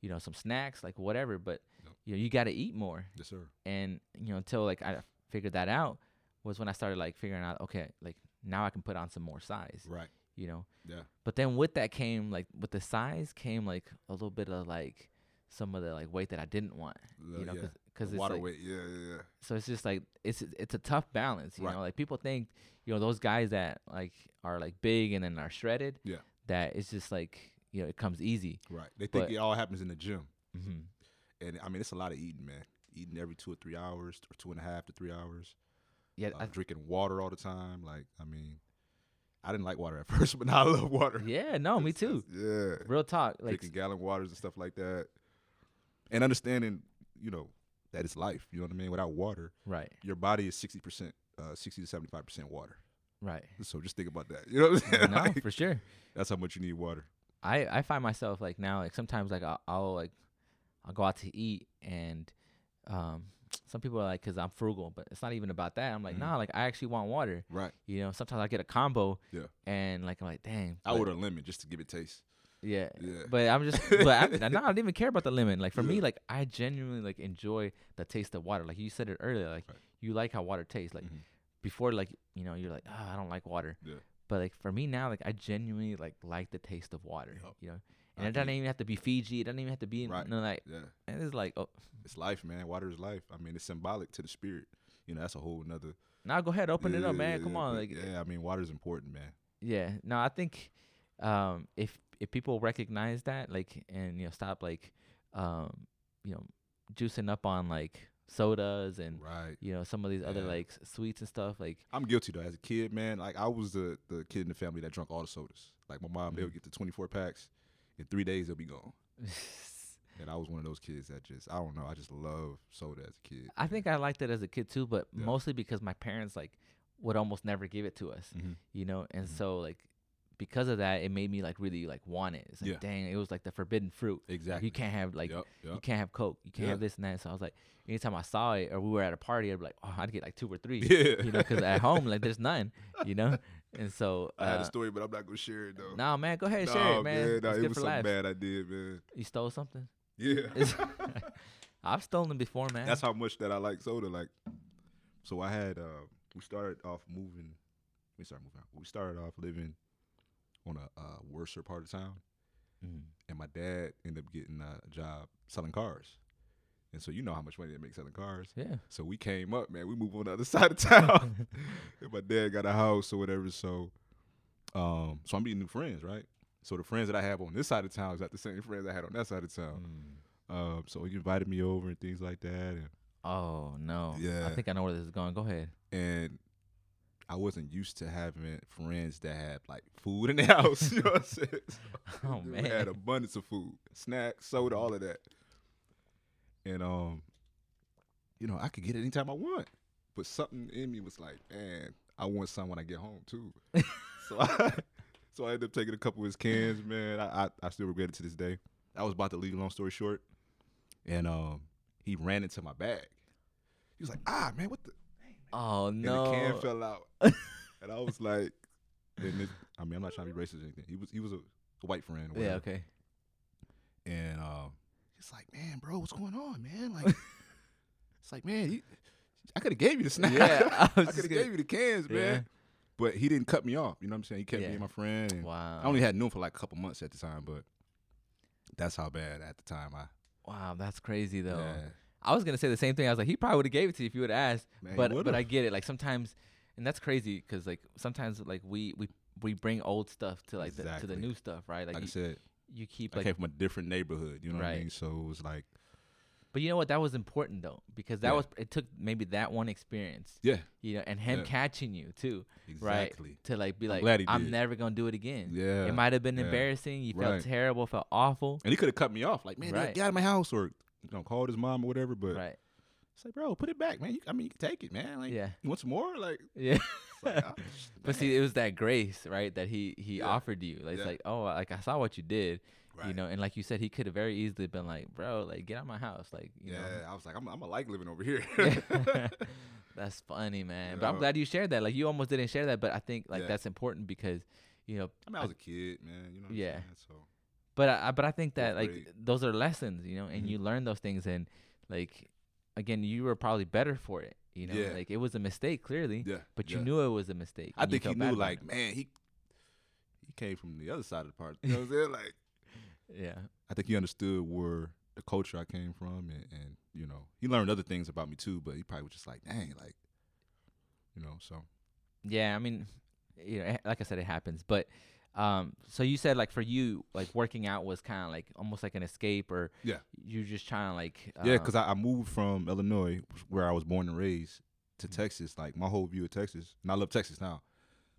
[SPEAKER 2] you know, some snacks, like whatever. But
[SPEAKER 1] Yep.
[SPEAKER 2] you know, you gotta eat more.
[SPEAKER 1] Yes, sir.
[SPEAKER 2] And you know, until like I figured that out was when I started like figuring out, okay, like now I can put on some more size.
[SPEAKER 1] Right.
[SPEAKER 2] You know.
[SPEAKER 1] Yeah.
[SPEAKER 2] But then with that came like with the size came like a little bit of like some of the like weight that I didn't want.
[SPEAKER 1] Lo-
[SPEAKER 2] You know,
[SPEAKER 1] Uh, yeah.
[SPEAKER 2] because
[SPEAKER 1] The
[SPEAKER 2] it's
[SPEAKER 1] water
[SPEAKER 2] like,
[SPEAKER 1] weight. Yeah, yeah, yeah.
[SPEAKER 2] so it's just like it's it's a tough balance. You
[SPEAKER 1] Right.
[SPEAKER 2] know, like people think you know those guys that like are like big and then are shredded.
[SPEAKER 1] Yeah.
[SPEAKER 2] That it's just like you know it comes easy.
[SPEAKER 1] Right. They think
[SPEAKER 2] But-
[SPEAKER 1] it all happens in the gym.
[SPEAKER 2] Mm-hmm.
[SPEAKER 1] And I mean, it's a lot of eating, man. Eating every two or three hours, or two and a half to three hours.
[SPEAKER 2] Yeah.
[SPEAKER 1] uh,
[SPEAKER 2] I,
[SPEAKER 1] drinking water all the time. Like, I mean, I didn't like water at first, but now I love water.
[SPEAKER 2] yeah. No, me
[SPEAKER 1] It's- it's-
[SPEAKER 2] too.
[SPEAKER 1] Yeah,
[SPEAKER 2] Real talk. Like
[SPEAKER 1] drinking gallon waters and stuff like that, and understanding, you know, that it's life. You know what I mean? Without water,
[SPEAKER 2] right,
[SPEAKER 1] your body is sixty percent, uh, sixty to seventy five percent water.
[SPEAKER 2] right.
[SPEAKER 1] So just think about that. You know what I'm saying?
[SPEAKER 2] no,
[SPEAKER 1] Like,
[SPEAKER 2] for sure.
[SPEAKER 1] that's how much you need water.
[SPEAKER 2] I I find myself like now like sometimes like I'll, I'll like I'll go out to eat and um some people are like because I'm frugal, but it's not even about that. I'm like
[SPEAKER 1] Mhm.
[SPEAKER 2] nah, like I actually want water.
[SPEAKER 1] Right.
[SPEAKER 2] You know, sometimes I get a combo.
[SPEAKER 1] Yeah.
[SPEAKER 2] And like I'm like dang.
[SPEAKER 1] I
[SPEAKER 2] but-
[SPEAKER 1] order a lemon just to give it taste.
[SPEAKER 2] Yeah.
[SPEAKER 1] Yeah.
[SPEAKER 2] But I'm just, but I, no, I don't even care about the lemon. Like for me,
[SPEAKER 1] Yeah.
[SPEAKER 2] like I genuinely like enjoy the taste of water. Like you said it earlier, like
[SPEAKER 1] Right.
[SPEAKER 2] you like how water tastes. Like
[SPEAKER 1] Mhm.
[SPEAKER 2] before, like you know, you're like, ah, I don't like water.
[SPEAKER 1] Yeah.
[SPEAKER 2] But like for me now, like I genuinely like like the taste of water.
[SPEAKER 1] Yup.
[SPEAKER 2] You know,
[SPEAKER 1] I
[SPEAKER 2] and it
[SPEAKER 1] can
[SPEAKER 2] doesn't even have to be Fiji. It doesn't even have to be
[SPEAKER 1] Right.
[SPEAKER 2] no like.
[SPEAKER 1] Yeah.
[SPEAKER 2] And it's like, oh,
[SPEAKER 1] It's life, man. Water is life. I mean, it's symbolic to the spirit. You know, that's a whole another.
[SPEAKER 2] now go ahead, open it up,
[SPEAKER 1] Yeah,
[SPEAKER 2] man.
[SPEAKER 1] yeah,
[SPEAKER 2] Come
[SPEAKER 1] yeah,
[SPEAKER 2] on,
[SPEAKER 1] but
[SPEAKER 2] like
[SPEAKER 1] yeah. I mean, water is important, man.
[SPEAKER 2] Yeah. No, I think um if if people recognize that, like and you know, stop like um, you know, juicing up on like sodas and
[SPEAKER 1] Right.
[SPEAKER 2] you know, some of these other
[SPEAKER 1] Yeah.
[SPEAKER 2] like s- sweets and stuff, like
[SPEAKER 1] I'm guilty though. As a kid, man, like I was the the kid in the family that drank all the sodas. Like my mom, they
[SPEAKER 2] Mm.
[SPEAKER 1] would get the 24 packs. In three days, they'll be gone. And I was one of those kids that just I don't know. I just love soda as a kid.
[SPEAKER 2] I think I liked it as a kid too, but
[SPEAKER 1] Yeah.
[SPEAKER 2] mostly because my parents like would almost never give it to us,
[SPEAKER 1] Mhm.
[SPEAKER 2] you know. And
[SPEAKER 1] Mhm.
[SPEAKER 2] so like because of that, it made me like really like want it. It's like
[SPEAKER 1] Yeah.
[SPEAKER 2] dang, it was like the forbidden fruit. Like,
[SPEAKER 1] Exactly.
[SPEAKER 2] You can't have like
[SPEAKER 1] Yup,
[SPEAKER 2] you
[SPEAKER 1] yup.
[SPEAKER 2] can't have coke, you can't
[SPEAKER 1] Oh. Yeah.
[SPEAKER 2] have this and that. So I was like, anytime I saw it or we were at a party, I'd be like, oh, I'd get like two or three,
[SPEAKER 1] Yeah.
[SPEAKER 2] you know, because at home like there's none, you know. And so
[SPEAKER 1] I had a
[SPEAKER 2] uh,
[SPEAKER 1] story, but I'm not gonna share it though.
[SPEAKER 2] nah, man, go ahead and share
[SPEAKER 1] Nah,
[SPEAKER 2] it, man.
[SPEAKER 1] nah,
[SPEAKER 2] it's
[SPEAKER 1] it was
[SPEAKER 2] good for
[SPEAKER 1] something
[SPEAKER 2] life.
[SPEAKER 1] bad I did, man.
[SPEAKER 2] You stole something.
[SPEAKER 1] Yeah.
[SPEAKER 2] It's- I've stolen before, man.
[SPEAKER 1] That's how much that I like soda. Like, so I had uh, we started off moving. We started moving. Out. We started off living on a uh, worser part of town,
[SPEAKER 2] Mm.
[SPEAKER 1] and my dad ended up getting uh, a job selling cars. And so you know how much money they make selling cars.
[SPEAKER 2] Yeah.
[SPEAKER 1] So we came up, man. We moved on the other side of town. and my dad got a house or whatever. So, um, so I'm meeting new friends, right? So the friends that I have on this side of town is not the same friends I had on that side of town. Um, so he invited me over and things like that. And
[SPEAKER 2] Oh no. I
[SPEAKER 1] Yeah.
[SPEAKER 2] think I know where this is going. Go ahead.
[SPEAKER 1] and I wasn't used to having friends that had like food in the house. You know what I'm saying? So,
[SPEAKER 2] Oh,
[SPEAKER 1] we had
[SPEAKER 2] man.
[SPEAKER 1] abundance of food, snacks, soda, all of that. And um, you know, I could get it anytime I want, but something in me was like, man, I want some when I get home too. so I, so I ended up taking a couple of his cans, man. I, I I still regret it to this day. I was about to leave. Long story short, and um, he ran into my bag. He was like, ah, man, what the
[SPEAKER 2] Oh
[SPEAKER 1] and the can
[SPEAKER 2] no.
[SPEAKER 1] fell out. and I was like, and it, I mean, I'm not trying to be racist or anything. He was he was a white friend. Or
[SPEAKER 2] Yeah.
[SPEAKER 1] whatever.
[SPEAKER 2] Okay.
[SPEAKER 1] And um, it's like, man, bro, what's going on, man? Like, it's like, man, you, I could have gave you the snack.
[SPEAKER 2] Yeah, I
[SPEAKER 1] I, could
[SPEAKER 2] was just
[SPEAKER 1] have
[SPEAKER 2] gonna-
[SPEAKER 1] gave you the cans,
[SPEAKER 2] Yeah.
[SPEAKER 1] man. But he didn't cut me off. You know what I'm saying? He kept
[SPEAKER 2] Yeah.
[SPEAKER 1] being my friend. and
[SPEAKER 2] Wow.
[SPEAKER 1] I only had known him for like a couple months at the time, but that's how bad at the time I.
[SPEAKER 2] wow. That's crazy though.
[SPEAKER 1] Yeah.
[SPEAKER 2] I was gonna say the same thing. I was like, he probably would have gave it to you if you would have asked.
[SPEAKER 1] Man, he
[SPEAKER 2] but but
[SPEAKER 1] would've.
[SPEAKER 2] I get it. Like sometimes, and that's crazy because like sometimes like we we we bring old stuff to like the, to
[SPEAKER 1] Exactly.
[SPEAKER 2] the new stuff, right? Like,
[SPEAKER 1] Like I
[SPEAKER 2] you,
[SPEAKER 1] said,
[SPEAKER 2] you keep
[SPEAKER 1] I
[SPEAKER 2] like,
[SPEAKER 1] came from a different neighborhood. You know what I
[SPEAKER 2] Right.
[SPEAKER 1] mean? So it was like,
[SPEAKER 2] but you know what? That was important though because that
[SPEAKER 1] Yeah.
[SPEAKER 2] was it took maybe that one experience,
[SPEAKER 1] yeah,
[SPEAKER 2] you know, and him
[SPEAKER 1] Yeah.
[SPEAKER 2] catching you too, right?
[SPEAKER 1] exactly.
[SPEAKER 2] To like be
[SPEAKER 1] I'm
[SPEAKER 2] like,
[SPEAKER 1] glad he
[SPEAKER 2] I'm
[SPEAKER 1] did.
[SPEAKER 2] never gonna do it again.
[SPEAKER 1] Yeah.
[SPEAKER 2] It might have been
[SPEAKER 1] yeah.
[SPEAKER 2] embarrassing. You
[SPEAKER 1] Right.
[SPEAKER 2] felt terrible. Felt awful.
[SPEAKER 1] And he could have cut me off, like, man,
[SPEAKER 2] Right.
[SPEAKER 1] get out of my house, or you know, called his mom or whatever. But
[SPEAKER 2] Right.
[SPEAKER 1] it's like, bro, put it back, man. You, I mean, you can take it, man. Like,
[SPEAKER 2] Yeah.
[SPEAKER 1] you want some more? Like,
[SPEAKER 2] Yeah.
[SPEAKER 1] it's like, ah,
[SPEAKER 2] But see, it was that grace, right? That he he
[SPEAKER 1] Yeah.
[SPEAKER 2] offered you. Like,
[SPEAKER 1] Yeah.
[SPEAKER 2] It's like, oh, like I saw what you did,
[SPEAKER 1] right.
[SPEAKER 2] you know, and like you said, he could have very easily been like, bro, like get out of my house, like you
[SPEAKER 1] yeah, I was like, I'm, I'm gonna like living over here.
[SPEAKER 2] know. that's funny, man. But I'm
[SPEAKER 1] Yeah.
[SPEAKER 2] glad you shared that. Like you almost didn't share that, but I think like
[SPEAKER 1] Yeah.
[SPEAKER 2] that's important because, you know,
[SPEAKER 1] I mean, I was a kid, man. You know. What
[SPEAKER 2] Yeah.
[SPEAKER 1] I'm saying? so
[SPEAKER 2] but I I- but I think that
[SPEAKER 1] Fourth
[SPEAKER 2] like
[SPEAKER 1] grade.
[SPEAKER 2] those are lessons, you know, and
[SPEAKER 1] Mhm.
[SPEAKER 2] you learn those things, and like again, you were probably better for it, you know,
[SPEAKER 1] Yeah.
[SPEAKER 2] like it was a mistake clearly,
[SPEAKER 1] yeah,
[SPEAKER 2] but you
[SPEAKER 1] yeah.
[SPEAKER 2] knew it was a mistake.
[SPEAKER 1] I
[SPEAKER 2] and you
[SPEAKER 1] think he
[SPEAKER 2] felt bad
[SPEAKER 1] knew,
[SPEAKER 2] about
[SPEAKER 1] like,
[SPEAKER 2] it.
[SPEAKER 1] man, he he came from the other side of the park. You know what I'm saying? Like,
[SPEAKER 2] yeah,
[SPEAKER 1] I think he understood where the culture I came from, and, and you know, he learned other things about me too. But he probably was just like, dang, like, you know, so.
[SPEAKER 2] Yeah, I mean, you know, eh, like I said, it happens. But um, so you said like for you, like working out was kind of like almost like an escape, or
[SPEAKER 1] Yeah.
[SPEAKER 2] you just trying to like
[SPEAKER 1] Yeah,
[SPEAKER 2] um,
[SPEAKER 1] because I, I moved from Illinois, where I was born and raised, to
[SPEAKER 2] Mhm.
[SPEAKER 1] Texas. Like my whole view of Texas, and I love Texas now.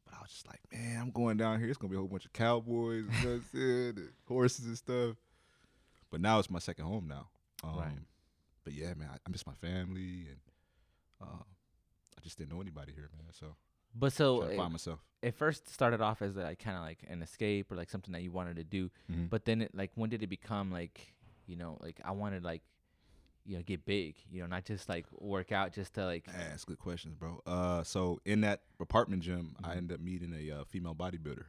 [SPEAKER 1] But I was just like, man, I'm going down here. It's gonna be a whole bunch of cowboys, you know what I'm saying, and horses and stuff. But now it's my second home now. Um,
[SPEAKER 2] Right.
[SPEAKER 1] But yeah, man, I, I miss my family, and uh, I just didn't know anybody here, man. So
[SPEAKER 2] but so eh,
[SPEAKER 1] trying to
[SPEAKER 2] it,
[SPEAKER 1] find myself.
[SPEAKER 2] it first started off as like kind of like an escape or like something that you wanted to do.
[SPEAKER 1] Mhm.
[SPEAKER 2] But then it, like when did it become like you know like I wanted like you know get big, you know, not just like work out just to like
[SPEAKER 1] Man, that's good questions, bro. Uh, so in that apartment gym, I
[SPEAKER 2] Mhm.
[SPEAKER 1] ended up meeting a uh, female bodybuilder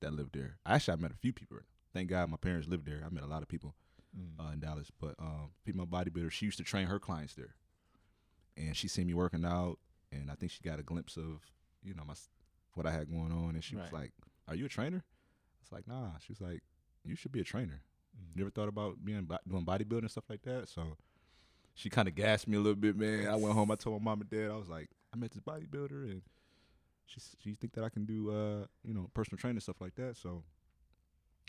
[SPEAKER 1] that lived there. Actually, I met a few people. Thank God my parents lived there. I met a lot of people
[SPEAKER 2] mm,
[SPEAKER 1] uh, in Dallas, but um, female bodybuilder. She used to train her clients there, and she seen me working out, and I think she got a glimpse of you know my s- what I had going on, and she was
[SPEAKER 2] Right.
[SPEAKER 1] like, "Are you a trainer?" It's like, "Nah." She was like, "You should be a trainer." You ever thought about being bo- doing bodybuilding and stuff like that? So she kind of gassed me a little bit, man. I went home. I told my mom and dad. I was like, I met this bodybuilder, and she s- she think that I can do uh you know personal training stuff like that. So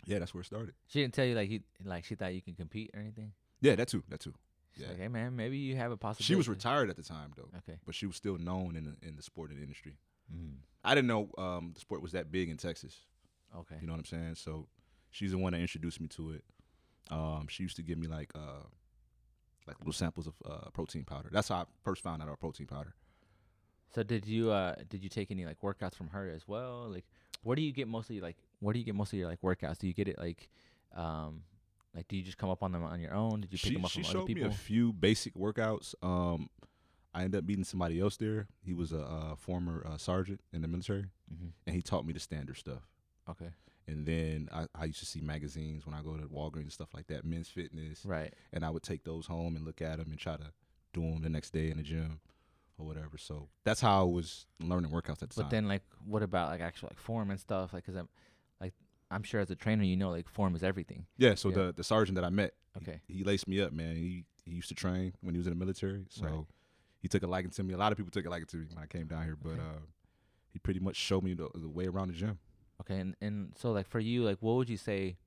[SPEAKER 1] yeah, that's where it started.
[SPEAKER 2] she didn't tell you like you like she thought you can compete or anything.
[SPEAKER 1] Yeah, that too. That too.
[SPEAKER 2] She's
[SPEAKER 1] Yeah.
[SPEAKER 2] like, hey man, maybe you have a possibility.
[SPEAKER 1] She was retired at the time though,
[SPEAKER 2] Okay.
[SPEAKER 1] but she was still known in the, in the sporting industry.
[SPEAKER 2] Mm.
[SPEAKER 1] I didn't know um, the sport was that big in Texas.
[SPEAKER 2] Okay.
[SPEAKER 1] You know what I'm saying? So she's the one that introduced me to it. Um, she used to give me like uh, like little samples of uh, protein powder. That's how I first found out about protein powder.
[SPEAKER 2] So did you uh did you take any like workouts from her as well? Like where do you get mostly like where do you get most of your like workouts? Do you get it like um like do you just come up on them on your own? Did you pick
[SPEAKER 1] she
[SPEAKER 2] them up
[SPEAKER 1] she
[SPEAKER 2] from
[SPEAKER 1] showed
[SPEAKER 2] other people?
[SPEAKER 1] me a few basic workouts. Um, I ended up meeting somebody else there. He was a, uh former uh, sergeant in the military,
[SPEAKER 2] mm-hmm.
[SPEAKER 1] and he taught me the standard stuff.
[SPEAKER 2] Okay.
[SPEAKER 1] And then I, I used to see magazines when I go to Walgreens and stuff like that, Men's Fitness,
[SPEAKER 2] Right.
[SPEAKER 1] and I would take those home and look at them and try to do them the next day in the gym or whatever. So that's how I was learning workouts at the
[SPEAKER 2] But
[SPEAKER 1] time.
[SPEAKER 2] then like what about like actual like form and stuff? Like cuz I'm like I'm sure as a trainer you know like form is everything.
[SPEAKER 1] yeah. So
[SPEAKER 2] yeah.
[SPEAKER 1] the the sergeant that I met, he-
[SPEAKER 2] Okay.
[SPEAKER 1] he, laced me up, man. He he used to train when he was in the military, so
[SPEAKER 2] Right.
[SPEAKER 1] he took a liking to me. A lot of people took a liking to me when I came down here, but
[SPEAKER 2] Okay.
[SPEAKER 1] uh, he pretty much showed me the, the way around the gym.
[SPEAKER 2] Okay, and and so like for you, like what would you say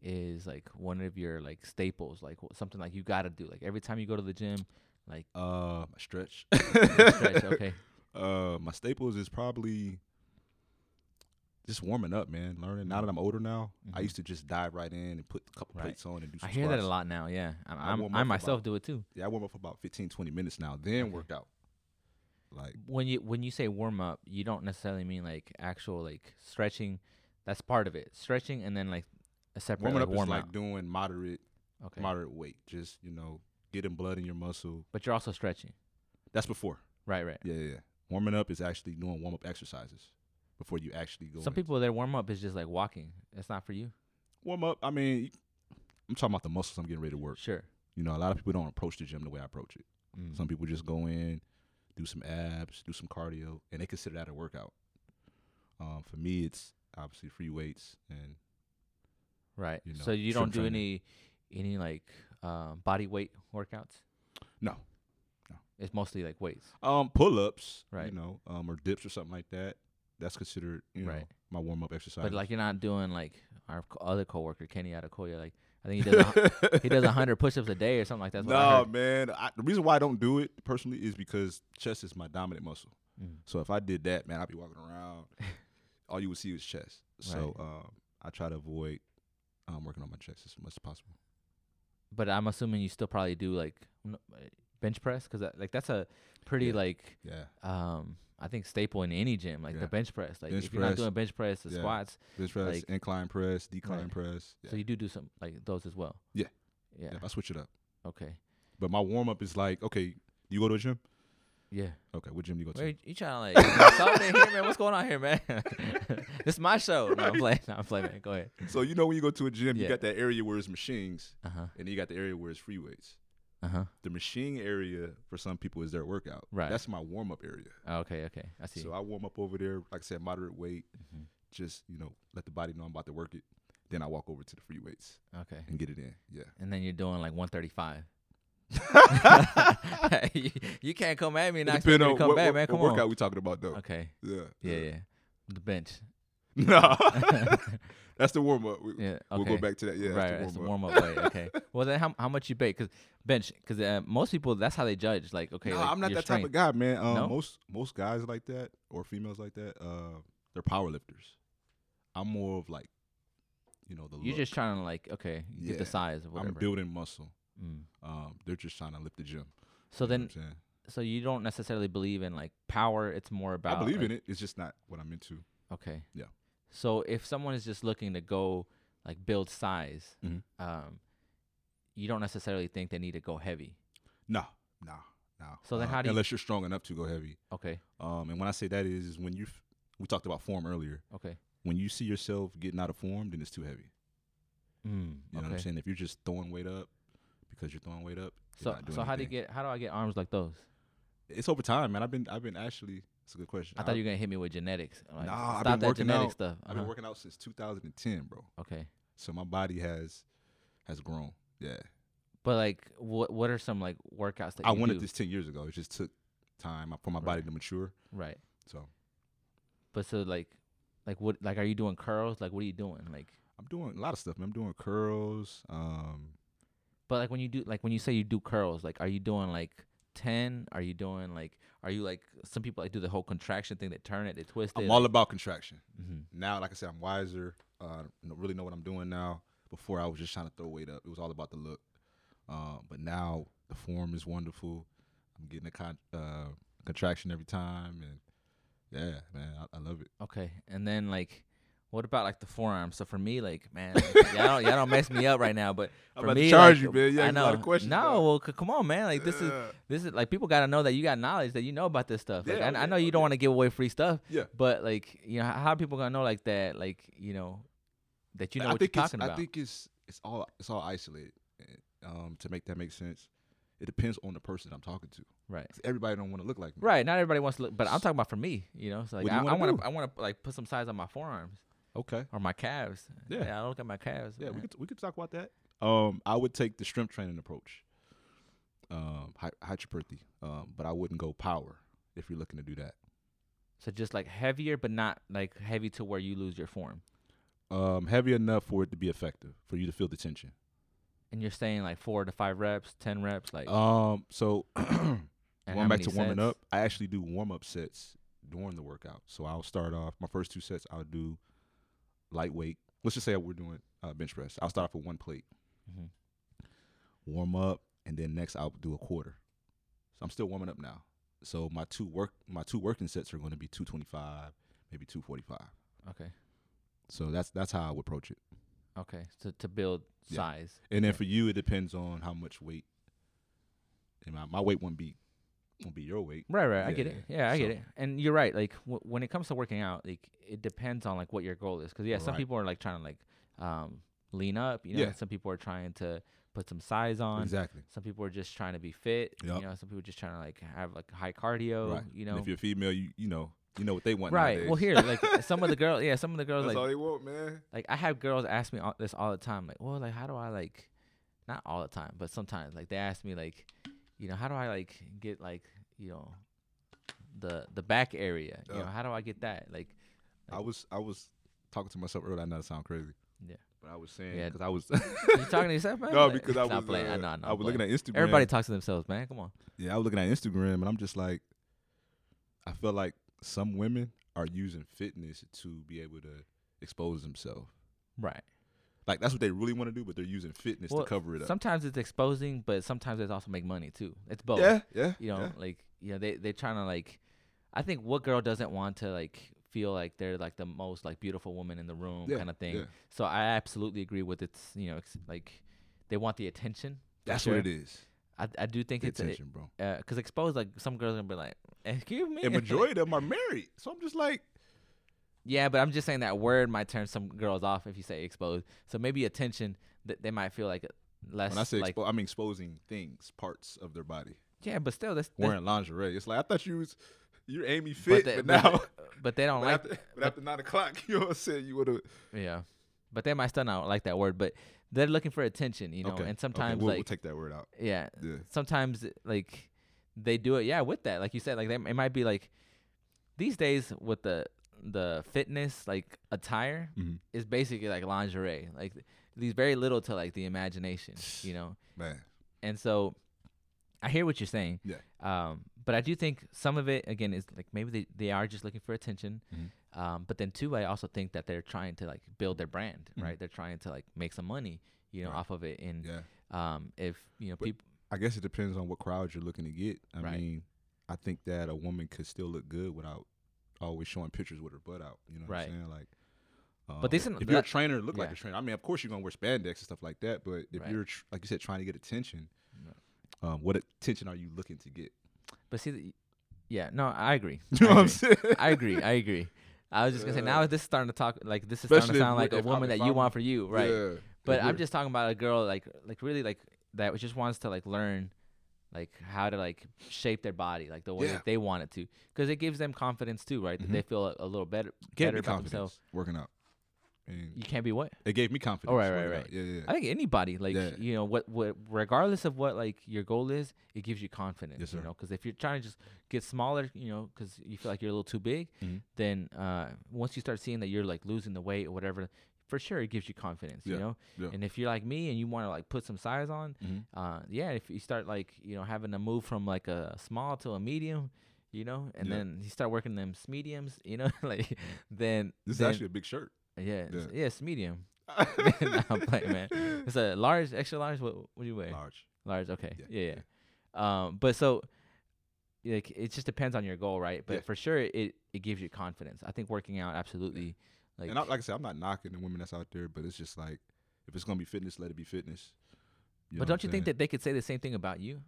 [SPEAKER 2] is like one of your like staples, like wh- something like you gotta do, like every time you go to the gym, like
[SPEAKER 1] Uh, my stretch.
[SPEAKER 2] you stretch. Okay,
[SPEAKER 1] Uh, my staples is probably just warming up, man. Learning. Now that I'm older now, I
[SPEAKER 2] Mhm.
[SPEAKER 1] used to just dive right in and put a couple
[SPEAKER 2] Mm-hmm. Right.
[SPEAKER 1] plates on and do.
[SPEAKER 2] I
[SPEAKER 1] Some
[SPEAKER 2] hear that a
[SPEAKER 1] squats.
[SPEAKER 2] lot now. Yeah, I'm,
[SPEAKER 1] I warm
[SPEAKER 2] I'm,
[SPEAKER 1] up
[SPEAKER 2] I
[SPEAKER 1] for
[SPEAKER 2] myself
[SPEAKER 1] about-
[SPEAKER 2] do it too.
[SPEAKER 1] Yeah, I warm up for about 15, 20 minutes now, then
[SPEAKER 2] Okay.
[SPEAKER 1] work out. Like,
[SPEAKER 2] When you when you say warm up, you don't necessarily mean like actual like stretching. That's part of it, stretching, and then like a separate
[SPEAKER 1] warming
[SPEAKER 2] like,
[SPEAKER 1] up
[SPEAKER 2] warm
[SPEAKER 1] is
[SPEAKER 2] up.
[SPEAKER 1] like doing moderate,
[SPEAKER 2] okay,
[SPEAKER 1] moderate weight. Just you know, getting blood in your muscle.
[SPEAKER 2] but you're also stretching.
[SPEAKER 1] That's before.
[SPEAKER 2] Right, right.
[SPEAKER 1] Yeah, yeah. yeah. Warming up is actually doing warm up exercises before you actually go.
[SPEAKER 2] Some
[SPEAKER 1] in.
[SPEAKER 2] people their warm up is just like walking. That's not for you.
[SPEAKER 1] warm up. I mean, I'm talking about the muscles I'm getting ready to work.
[SPEAKER 2] Sure.
[SPEAKER 1] You know, a lot of people don't approach the gym the way I approach it.
[SPEAKER 2] Mm.
[SPEAKER 1] Some people just go in, do some abs, do some cardio, and they consider that a workout. Um, for me, it's obviously free weights and
[SPEAKER 2] Right.
[SPEAKER 1] you
[SPEAKER 2] so
[SPEAKER 1] know,
[SPEAKER 2] you
[SPEAKER 1] strength
[SPEAKER 2] don't do
[SPEAKER 1] training.
[SPEAKER 2] any any like uh, body weight workouts.
[SPEAKER 1] no,
[SPEAKER 2] It's mostly like weights.
[SPEAKER 1] um, pull ups,
[SPEAKER 2] Right.
[SPEAKER 1] You know, um, or dips or something like that. That's considered, you know,
[SPEAKER 2] Right.
[SPEAKER 1] my warm up exercise.
[SPEAKER 2] But like you're not doing like our co- other coworker Kenny Adekoya. Like I think he does a, hun- he does a hundred push-ups a day or something like that. That's what I
[SPEAKER 1] no,
[SPEAKER 2] heard.
[SPEAKER 1] man. I, the reason why I don't do it personally is because chest is my dominant muscle.
[SPEAKER 2] Mm.
[SPEAKER 1] So if I did that, man, I'd be walking around. all you would see is chest. So
[SPEAKER 2] Right.
[SPEAKER 1] um, I try to avoid um, working on my chest as much as possible.
[SPEAKER 2] But I'm assuming you still probably do like n- uh, bench press because that, like that's a pretty
[SPEAKER 1] Yeah.
[SPEAKER 2] like
[SPEAKER 1] Yeah,
[SPEAKER 2] um I think staple in any gym like
[SPEAKER 1] Yeah.
[SPEAKER 2] the bench press. Like
[SPEAKER 1] Bench
[SPEAKER 2] if you're not
[SPEAKER 1] press.
[SPEAKER 2] doing bench press, the
[SPEAKER 1] Yeah.
[SPEAKER 2] squats.
[SPEAKER 1] bench press,
[SPEAKER 2] Like-
[SPEAKER 1] incline press, decline
[SPEAKER 2] Right.
[SPEAKER 1] press. Yeah.
[SPEAKER 2] So you do do some like those as well.
[SPEAKER 1] Yeah.
[SPEAKER 2] Yeah.
[SPEAKER 1] yeah, I switch it up.
[SPEAKER 2] Okay.
[SPEAKER 1] But my warm up is like, okay, you go to a gym.
[SPEAKER 2] Yeah.
[SPEAKER 1] Okay, what gym do you go to?
[SPEAKER 2] Wait, you trying to like insult me here, man? What's going on here, man? this is my show. No, I'm playing. No, I'm playing. Man. Go ahead.
[SPEAKER 1] So you know when you go to a gym,
[SPEAKER 2] Yeah.
[SPEAKER 1] you got that area where it's machines,
[SPEAKER 2] Uh huh.
[SPEAKER 1] and you got the area where it's free weights.
[SPEAKER 2] Uh huh.
[SPEAKER 1] The machine area for some people is their workout.
[SPEAKER 2] Right.
[SPEAKER 1] That's my warm up area.
[SPEAKER 2] Oh, okay. Okay. I see.
[SPEAKER 1] So I warm up over there, like I said, moderate weight,
[SPEAKER 2] Mhm.
[SPEAKER 1] just you know, let the body know I'm about to work it. Then I walk over to the free weights
[SPEAKER 2] okay.
[SPEAKER 1] and get it in. Yeah.
[SPEAKER 2] And then you're doing like 135. you, you can't come at me and not expect
[SPEAKER 1] Depending
[SPEAKER 2] me
[SPEAKER 1] on
[SPEAKER 2] to come
[SPEAKER 1] what,
[SPEAKER 2] back,
[SPEAKER 1] what-
[SPEAKER 2] man.
[SPEAKER 1] what
[SPEAKER 2] Come
[SPEAKER 1] workout
[SPEAKER 2] on.
[SPEAKER 1] we talking about though.
[SPEAKER 2] Okay.
[SPEAKER 1] Yeah.
[SPEAKER 2] Yeah. Yeah. The bench.
[SPEAKER 1] No. That's the warm up. We,
[SPEAKER 2] Yeah. Okay.
[SPEAKER 1] We'll go back to that. Yeah.
[SPEAKER 2] right.
[SPEAKER 1] That's
[SPEAKER 2] That's
[SPEAKER 1] the
[SPEAKER 2] the
[SPEAKER 1] warm up.
[SPEAKER 2] warm up way. Okay. Well, then how how much you bake? Because bench. Because uh, most people that's how they judge. Like okay.
[SPEAKER 1] no,
[SPEAKER 2] like,
[SPEAKER 1] I'm not
[SPEAKER 2] your
[SPEAKER 1] that
[SPEAKER 2] strength.
[SPEAKER 1] type of guy, man. Um,
[SPEAKER 2] No?
[SPEAKER 1] Most most guys like that or females like that, uh, they're power lifters. I'm more of like, you know, the
[SPEAKER 2] You're
[SPEAKER 1] look.
[SPEAKER 2] just trying to like okay get
[SPEAKER 1] Yeah.
[SPEAKER 2] the size of whatever.
[SPEAKER 1] I'm building muscle.
[SPEAKER 2] Mm.
[SPEAKER 1] Um, they're just trying to lift the gym.
[SPEAKER 2] So
[SPEAKER 1] You know what
[SPEAKER 2] then
[SPEAKER 1] I'm saying?
[SPEAKER 2] so you don't necessarily believe in like power. It's more about
[SPEAKER 1] I believe
[SPEAKER 2] like-
[SPEAKER 1] in it. It's just not what I'm into.
[SPEAKER 2] Okay.
[SPEAKER 1] Yeah.
[SPEAKER 2] So if someone is just looking to go like build size,
[SPEAKER 1] Mhm.
[SPEAKER 2] um, you don't necessarily think they need to go heavy.
[SPEAKER 1] No, no, no.
[SPEAKER 2] So then
[SPEAKER 1] Uh,
[SPEAKER 2] how do you-
[SPEAKER 1] unless you're strong enough to go heavy.
[SPEAKER 2] Okay.
[SPEAKER 1] Um, and when I say that is, is when you, f- we talked about form earlier.
[SPEAKER 2] Okay.
[SPEAKER 1] When you see yourself getting out of form, then it's too heavy.
[SPEAKER 2] Mm,
[SPEAKER 1] You know what I'm
[SPEAKER 2] okay.
[SPEAKER 1] saying? If you're just throwing weight up because you're throwing weight up, you're
[SPEAKER 2] So
[SPEAKER 1] not doing
[SPEAKER 2] so how do you
[SPEAKER 1] anything.
[SPEAKER 2] get how do I get arms like those?
[SPEAKER 1] It's over time, man. I've been I've been actually. It's a good question.
[SPEAKER 2] I thought you were gonna hit me with genetics. I'm like,
[SPEAKER 1] Nah, I've
[SPEAKER 2] stop
[SPEAKER 1] been
[SPEAKER 2] that
[SPEAKER 1] working
[SPEAKER 2] genetic
[SPEAKER 1] out.
[SPEAKER 2] stuff.
[SPEAKER 1] I've been
[SPEAKER 2] Uh-huh.
[SPEAKER 1] working out since 2010, bro.
[SPEAKER 2] Okay.
[SPEAKER 1] So my body has has grown. Yeah,
[SPEAKER 2] But like what what are some like workouts that
[SPEAKER 1] I
[SPEAKER 2] you
[SPEAKER 1] wanted
[SPEAKER 2] do?
[SPEAKER 1] this 10 years ago. It just took time for my body to mature.
[SPEAKER 2] right.
[SPEAKER 1] So
[SPEAKER 2] But so like like what like are you doing curls? Like what are you doing? Like
[SPEAKER 1] I'm doing a lot of stuff. Man. I'm doing curls. Um,
[SPEAKER 2] But like when you do like when you say you do curls, like are you doing like ten? Are you doing like are you like some people like do the whole contraction thing? They turn it, they twist it.
[SPEAKER 1] I'm all about contraction
[SPEAKER 2] mm-hmm.
[SPEAKER 1] now. Like I said, I'm wiser. Uh, n- really know what I'm doing now. Before I was just trying to throw weight up. It was all about the Um, look. Uh, but now the form is wonderful. I'm getting a con- uh, contraction every time, and yeah, man, I, I love it.
[SPEAKER 2] Okay, and then like, what about like the forearm? So for me, like, man, like, y'all, don't, y'all don't mess me up right now. But
[SPEAKER 1] I'm
[SPEAKER 2] for
[SPEAKER 1] about
[SPEAKER 2] me,
[SPEAKER 1] to charge
[SPEAKER 2] like,
[SPEAKER 1] you, man. You
[SPEAKER 2] I
[SPEAKER 1] asked
[SPEAKER 2] know.
[SPEAKER 1] a lot of questions.
[SPEAKER 2] no,
[SPEAKER 1] dog.
[SPEAKER 2] well, c- come on, man. Like this is
[SPEAKER 1] Ugh.
[SPEAKER 2] this is like people got to know that you got knowledge that you know about this stuff. Like
[SPEAKER 1] Yeah, oh
[SPEAKER 2] I, I
[SPEAKER 1] yeah,
[SPEAKER 2] know you don't
[SPEAKER 1] okay.
[SPEAKER 2] want to give away free stuff.
[SPEAKER 1] Yeah.
[SPEAKER 2] But like, you know, how, how are people gonna know like that? Like, you know, that you know
[SPEAKER 1] I
[SPEAKER 2] what
[SPEAKER 1] think
[SPEAKER 2] you're
[SPEAKER 1] it's-
[SPEAKER 2] talking about.
[SPEAKER 1] I think it's it's all it's all isolated. and, Um, to make that make sense, it depends on the person I'm talking to.
[SPEAKER 2] right.
[SPEAKER 1] 'Cause Everybody don't want to look like me.
[SPEAKER 2] Right. Not everybody wants to look, but I'm talking about for me. You know, so like
[SPEAKER 1] What do you
[SPEAKER 2] I
[SPEAKER 1] wanna
[SPEAKER 2] want
[SPEAKER 1] do?
[SPEAKER 2] to I want to like put some size on my forearms
[SPEAKER 1] Okay.
[SPEAKER 2] or my calves.
[SPEAKER 1] Yeah.
[SPEAKER 2] I look at my calves.
[SPEAKER 1] Yeah, we
[SPEAKER 2] man.
[SPEAKER 1] could we could talk about that. Um, I would take the strength training approach, um, hy- hypertrophy, um, but I wouldn't go power if you're looking to do that.
[SPEAKER 2] So just like heavier, but not like heavy to where you lose your form.
[SPEAKER 1] Um, heavy enough for it to be effective, for you to feel the tension.
[SPEAKER 2] And you're saying like four to five reps, ten reps, like
[SPEAKER 1] Um, so
[SPEAKER 2] and
[SPEAKER 1] going
[SPEAKER 2] how
[SPEAKER 1] back
[SPEAKER 2] many
[SPEAKER 1] to warming
[SPEAKER 2] sets?
[SPEAKER 1] up, I actually do warm up sets during the workout. So I'll start off my first two sets. I'll do lightweight. Let's just say we're doing uh, bench press. I'll start off with one plate,
[SPEAKER 2] Mhm.
[SPEAKER 1] warm up, and then next I'll do a quarter. So I'm still warming up now. So my two work my two working sets are going to be 225, maybe 245.
[SPEAKER 2] Okay.
[SPEAKER 1] So that's that's how I would approach it.
[SPEAKER 2] Okay. So to build
[SPEAKER 1] Yeah.
[SPEAKER 2] size.
[SPEAKER 1] And then
[SPEAKER 2] Okay.
[SPEAKER 1] for you, it depends on how much weight. And my, my weight won't be won't be your weight.
[SPEAKER 2] Right, right. I
[SPEAKER 1] Yeah,
[SPEAKER 2] get it. Yeah, I get it. And you're right. Like w- when it comes to working out, like it depends on like what your goal is. Because yeah, some
[SPEAKER 1] Right.
[SPEAKER 2] people are like trying to like um lean up. You know,
[SPEAKER 1] Yeah.
[SPEAKER 2] and some people are trying to put some size on.
[SPEAKER 1] Exactly.
[SPEAKER 2] Some people are just trying to be fit.
[SPEAKER 1] Yup.
[SPEAKER 2] You know, some people just trying to like have like high cardio.
[SPEAKER 1] Right.
[SPEAKER 2] You
[SPEAKER 1] And
[SPEAKER 2] know,
[SPEAKER 1] if you're female, you you know you know what they want.
[SPEAKER 2] right.
[SPEAKER 1] nowadays.
[SPEAKER 2] Well, here like some of the girls. Yeah, some of the girls
[SPEAKER 1] that's
[SPEAKER 2] like
[SPEAKER 1] all they want, man.
[SPEAKER 2] like I have girls ask me all, this all the time, like, well, like how do I like, not all the time, but sometimes like they ask me like, you know, how do I like get like you know, the the back area, you
[SPEAKER 1] Yeah.
[SPEAKER 2] know, how do I get that? Like,
[SPEAKER 1] I was I was talking to myself earlier. I know that sound crazy.
[SPEAKER 2] Yeah.
[SPEAKER 1] But I was saying
[SPEAKER 2] Yeah.
[SPEAKER 1] because I was
[SPEAKER 2] you talking to yourself, man?
[SPEAKER 1] no
[SPEAKER 2] Like,
[SPEAKER 1] because I was
[SPEAKER 2] nah, I'm playing.
[SPEAKER 1] uh,
[SPEAKER 2] I know, I know,
[SPEAKER 1] I was looking at Instagram.
[SPEAKER 2] everybody talks to themselves, man. Come on,
[SPEAKER 1] yeah, I was looking at Instagram and I'm just like, I feel like some women are using fitness to be able to expose themselves.
[SPEAKER 2] right?
[SPEAKER 1] Like that's what they really want to do, but they're using fitness
[SPEAKER 2] Well,
[SPEAKER 1] to cover it up.
[SPEAKER 2] Sometimes it's exposing, but sometimes it's also make money too. It's both.
[SPEAKER 1] Yeah, yeah.
[SPEAKER 2] you know,
[SPEAKER 1] yeah.
[SPEAKER 2] like you know, they they're trying to like. I think what girl doesn't want to like feel like they're like the most like beautiful woman in the room
[SPEAKER 1] Yeah,
[SPEAKER 2] kind of thing.
[SPEAKER 1] yeah.
[SPEAKER 2] So I absolutely agree with it's you know ex- like they want the attention. for
[SPEAKER 1] That's
[SPEAKER 2] sure.
[SPEAKER 1] what it is.
[SPEAKER 2] I I do think
[SPEAKER 1] Pay
[SPEAKER 2] it's
[SPEAKER 1] attention, bro.
[SPEAKER 2] because exposed like some girls are gonna be like excuse me.
[SPEAKER 1] And majority of them are married, so I'm just like,
[SPEAKER 2] yeah, but I'm just saying that word might turn some girls off if you say exposed. So maybe attention that they might feel like less.
[SPEAKER 1] When I say
[SPEAKER 2] like
[SPEAKER 1] expo- I'm exposing things, parts of their body,
[SPEAKER 2] yeah, but still that's, that's
[SPEAKER 1] wearing lingerie. It's like I thought you was you're Amy
[SPEAKER 2] Eh.
[SPEAKER 1] fit,
[SPEAKER 2] but, they,
[SPEAKER 1] but,
[SPEAKER 2] but
[SPEAKER 1] now,
[SPEAKER 2] they- but they don't
[SPEAKER 1] but,
[SPEAKER 2] like
[SPEAKER 1] after, but after nine o'clock, you know what I'm saying? You would have
[SPEAKER 2] Yeah, but they might still not like that word, but they're looking for attention, you know. And sometimes,
[SPEAKER 1] we'll, we'll
[SPEAKER 2] like,
[SPEAKER 1] take that word out.
[SPEAKER 2] yeah,
[SPEAKER 1] Yeah,
[SPEAKER 2] sometimes like they do it, yeah, with that, like you said, like they, it might be like these days with the the fitness like attire
[SPEAKER 1] Mhm.
[SPEAKER 2] is basically like lingerie, like these very little to like the imagination, you know.
[SPEAKER 1] man.
[SPEAKER 2] And so I hear what you're saying.
[SPEAKER 1] Yeah.
[SPEAKER 2] Um, but I do think some of it again is like maybe they, they are just looking for attention.
[SPEAKER 1] Mm-hmm.
[SPEAKER 2] Um, but then too, I also think that they're trying to like build their brand,
[SPEAKER 1] Mhm.
[SPEAKER 2] right? They're trying to like make some money, you know,
[SPEAKER 1] Right.
[SPEAKER 2] off of it. And
[SPEAKER 1] Yeah,
[SPEAKER 2] um, if you know
[SPEAKER 1] But-
[SPEAKER 2] people,
[SPEAKER 1] I guess it depends on what crowd you're looking to get. I
[SPEAKER 2] Right.
[SPEAKER 1] mean, I think that a woman could still look good without always showing pictures with her butt out. You know what
[SPEAKER 2] Right.
[SPEAKER 1] I'm saying? Like. Um,
[SPEAKER 2] But this isn't-
[SPEAKER 1] if you're a
[SPEAKER 2] that-
[SPEAKER 1] trainer, look like
[SPEAKER 2] yeah.
[SPEAKER 1] a trainer. I mean, of course you're gonna wear spandex and stuff like that. But if
[SPEAKER 2] Right.
[SPEAKER 1] you're, tr- like you said, trying to get attention,
[SPEAKER 2] Right.
[SPEAKER 1] um, what attention are you looking to get?
[SPEAKER 2] but see, the, yeah, no, I agree.
[SPEAKER 1] You know
[SPEAKER 2] I
[SPEAKER 1] what I'm
[SPEAKER 2] agree.
[SPEAKER 1] saying?
[SPEAKER 2] I agree. I agree. I was just gonna say now
[SPEAKER 1] Yeah.
[SPEAKER 2] this is starting to talk like this is starting
[SPEAKER 1] Especially
[SPEAKER 2] to
[SPEAKER 1] if
[SPEAKER 2] sound
[SPEAKER 1] we-
[SPEAKER 2] like a
[SPEAKER 1] if I-
[SPEAKER 2] woman
[SPEAKER 1] if
[SPEAKER 2] that you
[SPEAKER 1] I'm-
[SPEAKER 2] want for you, right?
[SPEAKER 1] Yeah,
[SPEAKER 2] But
[SPEAKER 1] if
[SPEAKER 2] I'm
[SPEAKER 1] we're-
[SPEAKER 2] just talking about a girl like like really like that just wants to like learn like how to like shape their body like the way
[SPEAKER 1] Yeah.
[SPEAKER 2] that they want it to because it gives them confidence too, right?
[SPEAKER 1] Mhm.
[SPEAKER 2] That they feel a, a little better
[SPEAKER 1] gave
[SPEAKER 2] better
[SPEAKER 1] me
[SPEAKER 2] about
[SPEAKER 1] confidence
[SPEAKER 2] themselves.
[SPEAKER 1] working out, and
[SPEAKER 2] You can't be what?
[SPEAKER 1] it gave me confidence.
[SPEAKER 2] Oh, right, right,
[SPEAKER 1] working
[SPEAKER 2] right.
[SPEAKER 1] out. Yeah, yeah.
[SPEAKER 2] I think anybody, like
[SPEAKER 1] Yeah.
[SPEAKER 2] you know, what what regardless of what like your goal is, it gives you confidence.
[SPEAKER 1] Yes,
[SPEAKER 2] you
[SPEAKER 1] sir.
[SPEAKER 2] know, because if you're trying to just get smaller, you know, because you feel like you're a little too big,
[SPEAKER 1] Mhm.
[SPEAKER 2] then uh, once you start seeing that you're like losing the weight or whatever, for sure it gives you confidence.
[SPEAKER 1] Yeah,
[SPEAKER 2] You know,
[SPEAKER 1] yeah.
[SPEAKER 2] and if you're like me and you want to like put some size on,
[SPEAKER 1] Mhm.
[SPEAKER 2] uh, yeah, if you start like you know having to move from like a small to a medium. You know, and
[SPEAKER 1] Yeah. Mm-hmm.
[SPEAKER 2] then you start working them mediums. You know, like then
[SPEAKER 1] This is
[SPEAKER 2] then-
[SPEAKER 1] actually a big shirt.
[SPEAKER 2] yeah,
[SPEAKER 1] yeah.
[SPEAKER 2] yeah, yeah, it's medium. Nah, I'm playing, man. It's a large, extra large. What, what do you wear? Large.
[SPEAKER 1] Large.
[SPEAKER 2] okay.
[SPEAKER 1] Yeah,
[SPEAKER 2] Yeah, yeah. Um, but so, like it just depends on your goal, right? But
[SPEAKER 1] Yeah.
[SPEAKER 2] for sure, it it gives you confidence. I think working out absolutely, like,
[SPEAKER 1] and I, like I said, I'm not knocking the women that's out there, but it's just like if it's gonna be fitness, let it be fitness. know
[SPEAKER 2] but
[SPEAKER 1] what
[SPEAKER 2] don't you
[SPEAKER 1] I'm
[SPEAKER 2] think
[SPEAKER 1] saying?
[SPEAKER 2] that they could say the same thing about you?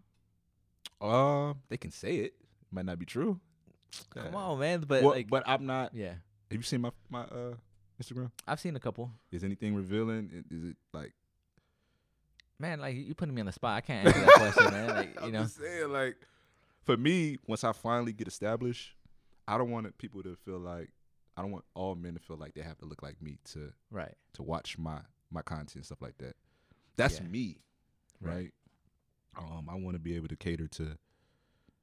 [SPEAKER 1] Uh, they can say it. Might not be true.
[SPEAKER 2] Come
[SPEAKER 1] Yeah.
[SPEAKER 2] on, man. But
[SPEAKER 1] Well,
[SPEAKER 2] like,
[SPEAKER 1] but I'm not.
[SPEAKER 2] yeah,
[SPEAKER 1] Have you seen my my uh Instagram?
[SPEAKER 2] I've seen a couple.
[SPEAKER 1] Is anything revealing? I- Is it like
[SPEAKER 2] Man, like you putting me on the spot. I can't answer that question, man. Like you
[SPEAKER 1] I'm
[SPEAKER 2] know,
[SPEAKER 1] just saying, like for me, once I finally get established, I don't want it- people to feel like I don't want all men to feel like they have to look like me to
[SPEAKER 2] right?
[SPEAKER 1] to watch my my content and stuff like that. That's
[SPEAKER 2] Yeah.
[SPEAKER 1] me,
[SPEAKER 2] Right.
[SPEAKER 1] right? Um, I want to be able to cater to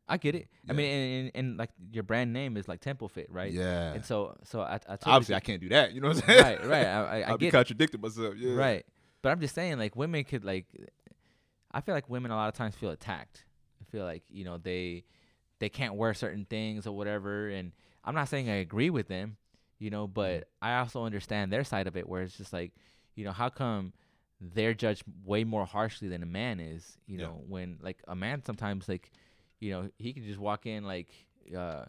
[SPEAKER 2] I get it.
[SPEAKER 1] Yeah.
[SPEAKER 2] I mean, and, and, and like your brand name is like Temple Fit, right?
[SPEAKER 1] yeah.
[SPEAKER 2] And so, so I, I totally
[SPEAKER 1] Obviously, I
[SPEAKER 2] get-
[SPEAKER 1] can't do that. You know what I'm saying?
[SPEAKER 2] right, right. I, I, I
[SPEAKER 1] I'll be
[SPEAKER 2] get
[SPEAKER 1] contradicting myself. Yeah.
[SPEAKER 2] Right. But I'm just saying, like, women could, like, I feel like women a lot of times feel attacked. I feel like, you know, they they can't wear certain things or whatever. And I'm not saying I agree with them, you know, but I also understand their side of it where it's just like, you know, how come they're judged way more harshly than a man is, you
[SPEAKER 1] Yeah.
[SPEAKER 2] know, when, like, a man sometimes, like, you know, he could just walk in, like, uh,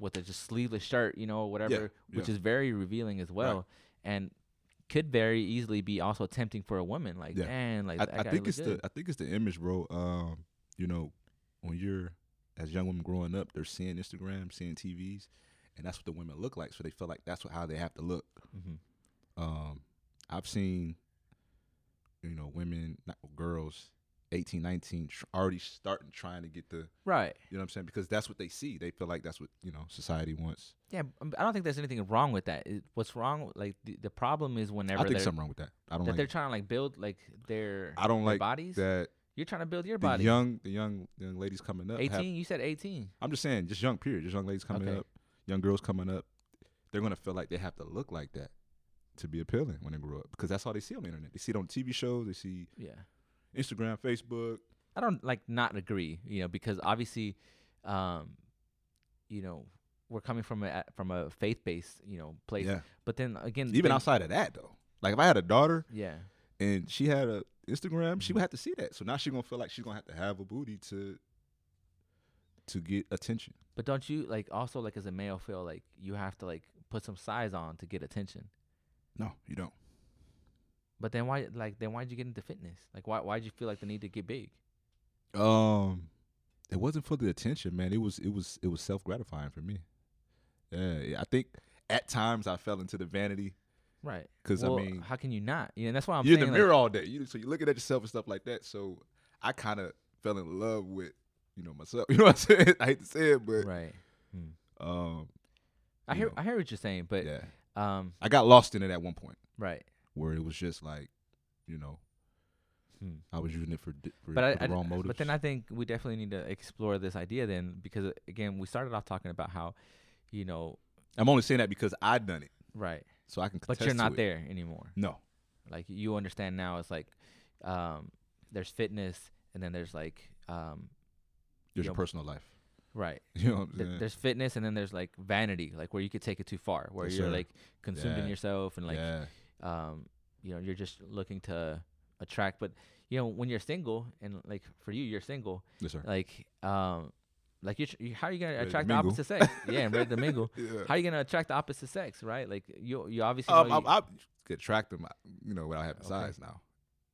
[SPEAKER 2] with a just sleeveless shirt, you know, or whatever, which
[SPEAKER 1] yeah.
[SPEAKER 2] is very revealing as well. And could very easily be also tempting for a woman. Like,
[SPEAKER 1] Yeah.
[SPEAKER 2] man, like
[SPEAKER 1] I,
[SPEAKER 2] that
[SPEAKER 1] I
[SPEAKER 2] guy
[SPEAKER 1] think
[SPEAKER 2] look
[SPEAKER 1] it's
[SPEAKER 2] good.
[SPEAKER 1] the I think it's the image, bro. Um, you know, when you're as young women growing up, they're seeing Instagram, seeing TVs, and that's what the women look like. So they feel like that's what, how they have to look.
[SPEAKER 2] Mhm.
[SPEAKER 1] Um, I've seen, you know, women, not girls, 18, 19, tr- already starting trying to get the, you
[SPEAKER 2] right.
[SPEAKER 1] know what I'm saying? Because that's what they see. They feel like that's what you know society wants.
[SPEAKER 2] Yeah, um, I don't think there's anything wrong with that. It- what's wrong? Like the, the problem is whenever
[SPEAKER 1] I think
[SPEAKER 2] they're,
[SPEAKER 1] something wrong with that. I don't
[SPEAKER 2] that
[SPEAKER 1] like.
[SPEAKER 2] they're trying to like build like their
[SPEAKER 1] I don't
[SPEAKER 2] their
[SPEAKER 1] like
[SPEAKER 2] bodies.
[SPEAKER 1] that.
[SPEAKER 2] You're trying to build your
[SPEAKER 1] The
[SPEAKER 2] body.
[SPEAKER 1] young, the young, young ladies coming up. have-
[SPEAKER 2] 18. you said 18.
[SPEAKER 1] I'm just saying, just young period, just young ladies coming
[SPEAKER 2] Okay.
[SPEAKER 1] up, young girls coming up, they're gonna feel like they have to look like that to be appealing when they grow up because that's all they see on the internet. They see it on TV shows, they see
[SPEAKER 2] Yeah.
[SPEAKER 1] Instagram, Facebook.
[SPEAKER 2] I don't like not agree. You know, because obviously, um, you know, we're coming from a from a faith based you know place.
[SPEAKER 1] Yeah,
[SPEAKER 2] But then again,
[SPEAKER 1] even
[SPEAKER 2] then-
[SPEAKER 1] outside of that though, like if I had a daughter
[SPEAKER 2] Yeah.
[SPEAKER 1] and she had a Instagram, she
[SPEAKER 2] Mhm.
[SPEAKER 1] would have to see that. So now she's gonna feel like she's gonna have to have a booty to to get attention.
[SPEAKER 2] But don't you like also like as a male feel like you have to like put some size on to get attention?
[SPEAKER 1] No, you don't.
[SPEAKER 2] But then why like then why'd you get into fitness? Like why why'd you feel like the need to get big?
[SPEAKER 1] Um, it wasn't for the attention, man. It was it was it was self gratifying for me. Yeah, yeah, I think at times I fell into the vanity
[SPEAKER 2] Right.
[SPEAKER 1] because
[SPEAKER 2] well,
[SPEAKER 1] I mean
[SPEAKER 2] how can you not? Yeah, and that's why I'm
[SPEAKER 1] you're in
[SPEAKER 2] saying
[SPEAKER 1] the
[SPEAKER 2] like,
[SPEAKER 1] mirror all day, you, so you're looking at yourself and stuff like that. So I kind of fell in love with you know myself. You know what I'm saying? I hate to say it, but
[SPEAKER 2] right.
[SPEAKER 1] um,
[SPEAKER 2] I
[SPEAKER 1] you
[SPEAKER 2] hear
[SPEAKER 1] know.
[SPEAKER 2] I hear what you're saying, but
[SPEAKER 1] yeah,
[SPEAKER 2] um
[SPEAKER 1] I got lost in it at one point
[SPEAKER 2] right.
[SPEAKER 1] where it was just like you know
[SPEAKER 2] Hmm.
[SPEAKER 1] I was using it for di- for,
[SPEAKER 2] But I,
[SPEAKER 1] for the
[SPEAKER 2] I-
[SPEAKER 1] wrong motives.
[SPEAKER 2] but then I think we definitely need to explore this idea then because uh, again we started off talking about how you know
[SPEAKER 1] I'm only saying that because I done it,
[SPEAKER 2] right,
[SPEAKER 1] so I can.
[SPEAKER 2] but
[SPEAKER 1] contest
[SPEAKER 2] you're
[SPEAKER 1] to
[SPEAKER 2] not
[SPEAKER 1] it.
[SPEAKER 2] there anymore.
[SPEAKER 1] No,
[SPEAKER 2] like you understand now it's like um there's fitness and then there's like um
[SPEAKER 1] there's
[SPEAKER 2] Yo.
[SPEAKER 1] your personal life.
[SPEAKER 2] right
[SPEAKER 1] You know what I'm
[SPEAKER 2] Th-
[SPEAKER 1] saying?
[SPEAKER 2] there's fitness and then there's like vanity like where you could take it too far where
[SPEAKER 1] Yes,
[SPEAKER 2] you're
[SPEAKER 1] sir.
[SPEAKER 2] like consumed in
[SPEAKER 1] Yeah.
[SPEAKER 2] yourself and like
[SPEAKER 1] yeah.
[SPEAKER 2] um you know you're just looking to attract but you know when you're single and like for you you're single
[SPEAKER 1] Yes, sir.
[SPEAKER 2] like um like you're tr- you, how are you gonna
[SPEAKER 1] Ready to
[SPEAKER 2] attract the
[SPEAKER 1] mingle.
[SPEAKER 2] opposite sex yeah and ready to mingle
[SPEAKER 1] Yeah.
[SPEAKER 2] how are you gonna attract the opposite sex right like you you obviously
[SPEAKER 1] Um,
[SPEAKER 2] know you-
[SPEAKER 1] I, I could track them, you know, without having
[SPEAKER 2] Okay.
[SPEAKER 1] size now.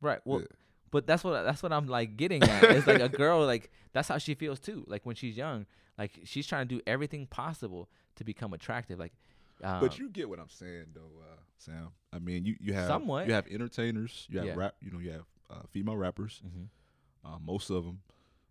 [SPEAKER 2] right well
[SPEAKER 1] Yeah.
[SPEAKER 2] But that's what that's what I'm like getting at. It's like a girl like that's how she feels too. Like when she's young, like she's trying to do everything possible to become attractive. Like, um,
[SPEAKER 1] but you get what I'm saying, though, uh, Sam. I mean, you you have
[SPEAKER 2] Somewhat.
[SPEAKER 1] you have entertainers, you have
[SPEAKER 2] Yeah.
[SPEAKER 1] rap, you know, you have uh, female rappers.
[SPEAKER 2] Mhm.
[SPEAKER 1] Uh, most of them,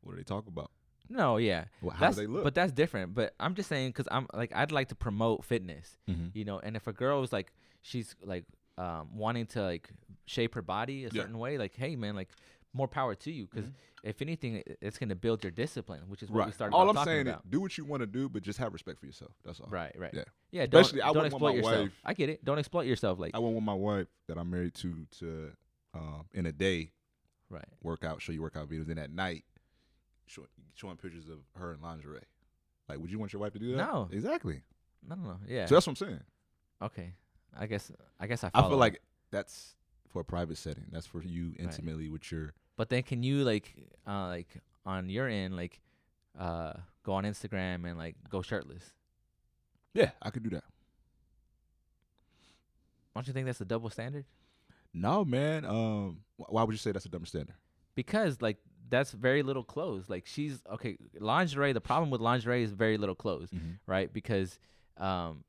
[SPEAKER 1] what do they talk about?
[SPEAKER 2] no, yeah,
[SPEAKER 1] Well, how do
[SPEAKER 2] That's-
[SPEAKER 1] they look?
[SPEAKER 2] But that's different. But I'm just saying because I'm like I'd like to promote fitness,
[SPEAKER 1] Mhm.
[SPEAKER 2] you know. And if a girl is like she's like um, wanting to like shape her body
[SPEAKER 1] Yeah.
[SPEAKER 2] a
[SPEAKER 1] Mm-hmm.
[SPEAKER 2] certain way, like hey man, like more power to you because if anything, i- it's gonna build your discipline, which is what we
[SPEAKER 1] right.
[SPEAKER 2] started
[SPEAKER 1] All
[SPEAKER 2] off
[SPEAKER 1] I'm
[SPEAKER 2] talking
[SPEAKER 1] saying
[SPEAKER 2] about.
[SPEAKER 1] is do what you want to do, but just have respect for yourself. That's all.
[SPEAKER 2] Right, right.
[SPEAKER 1] Yeah.
[SPEAKER 2] Yeah, don't,
[SPEAKER 1] Especially, I
[SPEAKER 2] don't
[SPEAKER 1] wouldn't
[SPEAKER 2] exploit
[SPEAKER 1] want my
[SPEAKER 2] yourself.
[SPEAKER 1] wife-
[SPEAKER 2] I get it. Don't exploit yourself. Like,
[SPEAKER 1] I wouldn't want my wife that I'm married to to um, in a day
[SPEAKER 2] right.
[SPEAKER 1] work out, show you workout videos, then at night show, showing pictures of her in lingerie. Like, would you want your wife to do that?
[SPEAKER 2] No.
[SPEAKER 1] exactly.
[SPEAKER 2] No, no, no. Yeah.
[SPEAKER 1] So that's what I'm saying.
[SPEAKER 2] Okay. I guess I guess I.
[SPEAKER 1] I
[SPEAKER 2] Follow
[SPEAKER 1] feel
[SPEAKER 2] it.
[SPEAKER 1] like that's for a private setting. That's for you intimately with your.
[SPEAKER 2] But then, can you like, uh, like on your end, like, uh, go on Instagram and like go shirtless.
[SPEAKER 1] Yeah, I could do that.
[SPEAKER 2] Don't you think that's a double standard?
[SPEAKER 1] No, man. Um, wh- why would you say that's a double standard?
[SPEAKER 2] Because like that's very little clothes. Like she's okay. Lingerie. The problem with lingerie is very little clothes, right? Because, um,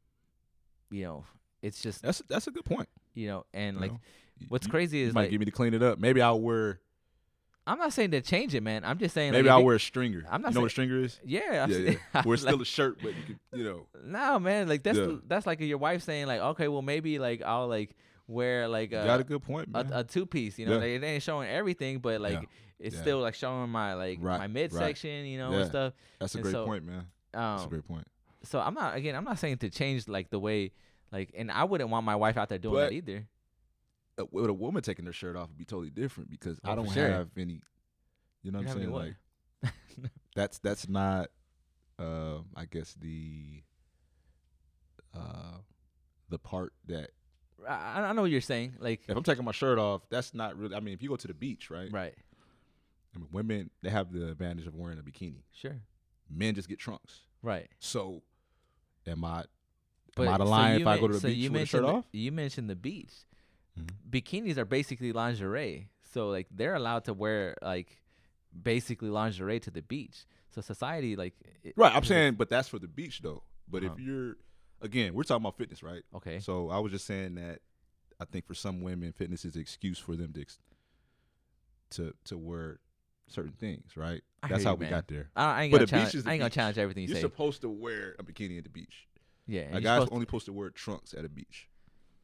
[SPEAKER 2] you know, it's just
[SPEAKER 1] That's that's a good point.
[SPEAKER 2] you know, and
[SPEAKER 1] you
[SPEAKER 2] like
[SPEAKER 1] know? Y-
[SPEAKER 2] what's
[SPEAKER 1] you-
[SPEAKER 2] crazy
[SPEAKER 1] You
[SPEAKER 2] is
[SPEAKER 1] might
[SPEAKER 2] like
[SPEAKER 1] get me to clean it up. Maybe I'll wear.
[SPEAKER 2] I'm not saying to change it, man. I'm just saying
[SPEAKER 1] Maybe
[SPEAKER 2] like, if
[SPEAKER 1] I'll
[SPEAKER 2] you-
[SPEAKER 1] wear a stringer.
[SPEAKER 2] I'm not
[SPEAKER 1] you know what a
[SPEAKER 2] saying-
[SPEAKER 1] stringer is?
[SPEAKER 2] Yeah, I'm
[SPEAKER 1] yeah,
[SPEAKER 2] saying-
[SPEAKER 1] yeah. Where it's
[SPEAKER 2] like-
[SPEAKER 1] still a shirt, but you can, you know.
[SPEAKER 2] No, man, like that's
[SPEAKER 1] Yeah.
[SPEAKER 2] that's like your wife saying like, okay, well maybe like I'll like wear like
[SPEAKER 1] you got a
[SPEAKER 2] a
[SPEAKER 1] good point,
[SPEAKER 2] a,
[SPEAKER 1] man.
[SPEAKER 2] a two piece, you know,
[SPEAKER 1] Yeah.
[SPEAKER 2] like, it ain't showing everything, but like it's
[SPEAKER 1] Yeah.
[SPEAKER 2] still like showing my like
[SPEAKER 1] Right,
[SPEAKER 2] my
[SPEAKER 1] right.
[SPEAKER 2] midsection, you know,
[SPEAKER 1] Yeah.
[SPEAKER 2] and stuff.
[SPEAKER 1] that's a
[SPEAKER 2] and
[SPEAKER 1] great
[SPEAKER 2] so,
[SPEAKER 1] point, man. That's a
[SPEAKER 2] Um,
[SPEAKER 1] great point.
[SPEAKER 2] so I'm not again, I'm not saying to change like the way like, and I wouldn't want my wife out there doing that
[SPEAKER 1] But-
[SPEAKER 2] either.
[SPEAKER 1] Uh, with a woman taking their shirt off would be totally different because
[SPEAKER 2] Oh,
[SPEAKER 1] I
[SPEAKER 2] for
[SPEAKER 1] don't
[SPEAKER 2] sure.
[SPEAKER 1] have any. You know what
[SPEAKER 2] You
[SPEAKER 1] I'm
[SPEAKER 2] have any
[SPEAKER 1] saying?
[SPEAKER 2] what?
[SPEAKER 1] Like that's that's not. Uh, I guess the. Uh, the part that
[SPEAKER 2] I, I know what you're saying, like
[SPEAKER 1] if I'm taking my shirt off, that's not really. I mean, if you go to the beach, right?
[SPEAKER 2] right,
[SPEAKER 1] I mean, women they have the advantage of wearing a bikini.
[SPEAKER 2] sure,
[SPEAKER 1] Men just get trunks.
[SPEAKER 2] right.
[SPEAKER 1] So, am I?
[SPEAKER 2] But
[SPEAKER 1] am I the
[SPEAKER 2] so
[SPEAKER 1] lion
[SPEAKER 2] you
[SPEAKER 1] if I
[SPEAKER 2] men-
[SPEAKER 1] go to the
[SPEAKER 2] so
[SPEAKER 1] beach
[SPEAKER 2] you
[SPEAKER 1] with a shirt
[SPEAKER 2] mentioned the-
[SPEAKER 1] off?
[SPEAKER 2] You mentioned the beach.
[SPEAKER 1] Mhm.
[SPEAKER 2] Bikinis are basically lingerie, so like they're allowed to wear like basically lingerie to the beach. So society like it-
[SPEAKER 1] Right. I'm
[SPEAKER 2] is-
[SPEAKER 1] saying, but that's for the beach though. But
[SPEAKER 2] Uh-huh.
[SPEAKER 1] if you're, again, we're talking about fitness, right?
[SPEAKER 2] okay,
[SPEAKER 1] So I was just saying that I think for some women, fitness is an excuse for them to ex- to to wear certain things, right?
[SPEAKER 2] I
[SPEAKER 1] That's
[SPEAKER 2] hear
[SPEAKER 1] how
[SPEAKER 2] you,
[SPEAKER 1] we
[SPEAKER 2] man.
[SPEAKER 1] got there.
[SPEAKER 2] I, I ain't
[SPEAKER 1] But the
[SPEAKER 2] gonna
[SPEAKER 1] beach
[SPEAKER 2] challenge.
[SPEAKER 1] is the
[SPEAKER 2] I ain't gonna
[SPEAKER 1] beach.
[SPEAKER 2] challenge everything you
[SPEAKER 1] You're
[SPEAKER 2] say.
[SPEAKER 1] supposed to wear a bikini at the beach.
[SPEAKER 2] yeah, and
[SPEAKER 1] A
[SPEAKER 2] you're
[SPEAKER 1] guy's
[SPEAKER 2] supposed-
[SPEAKER 1] only supposed to wear trunks at a beach.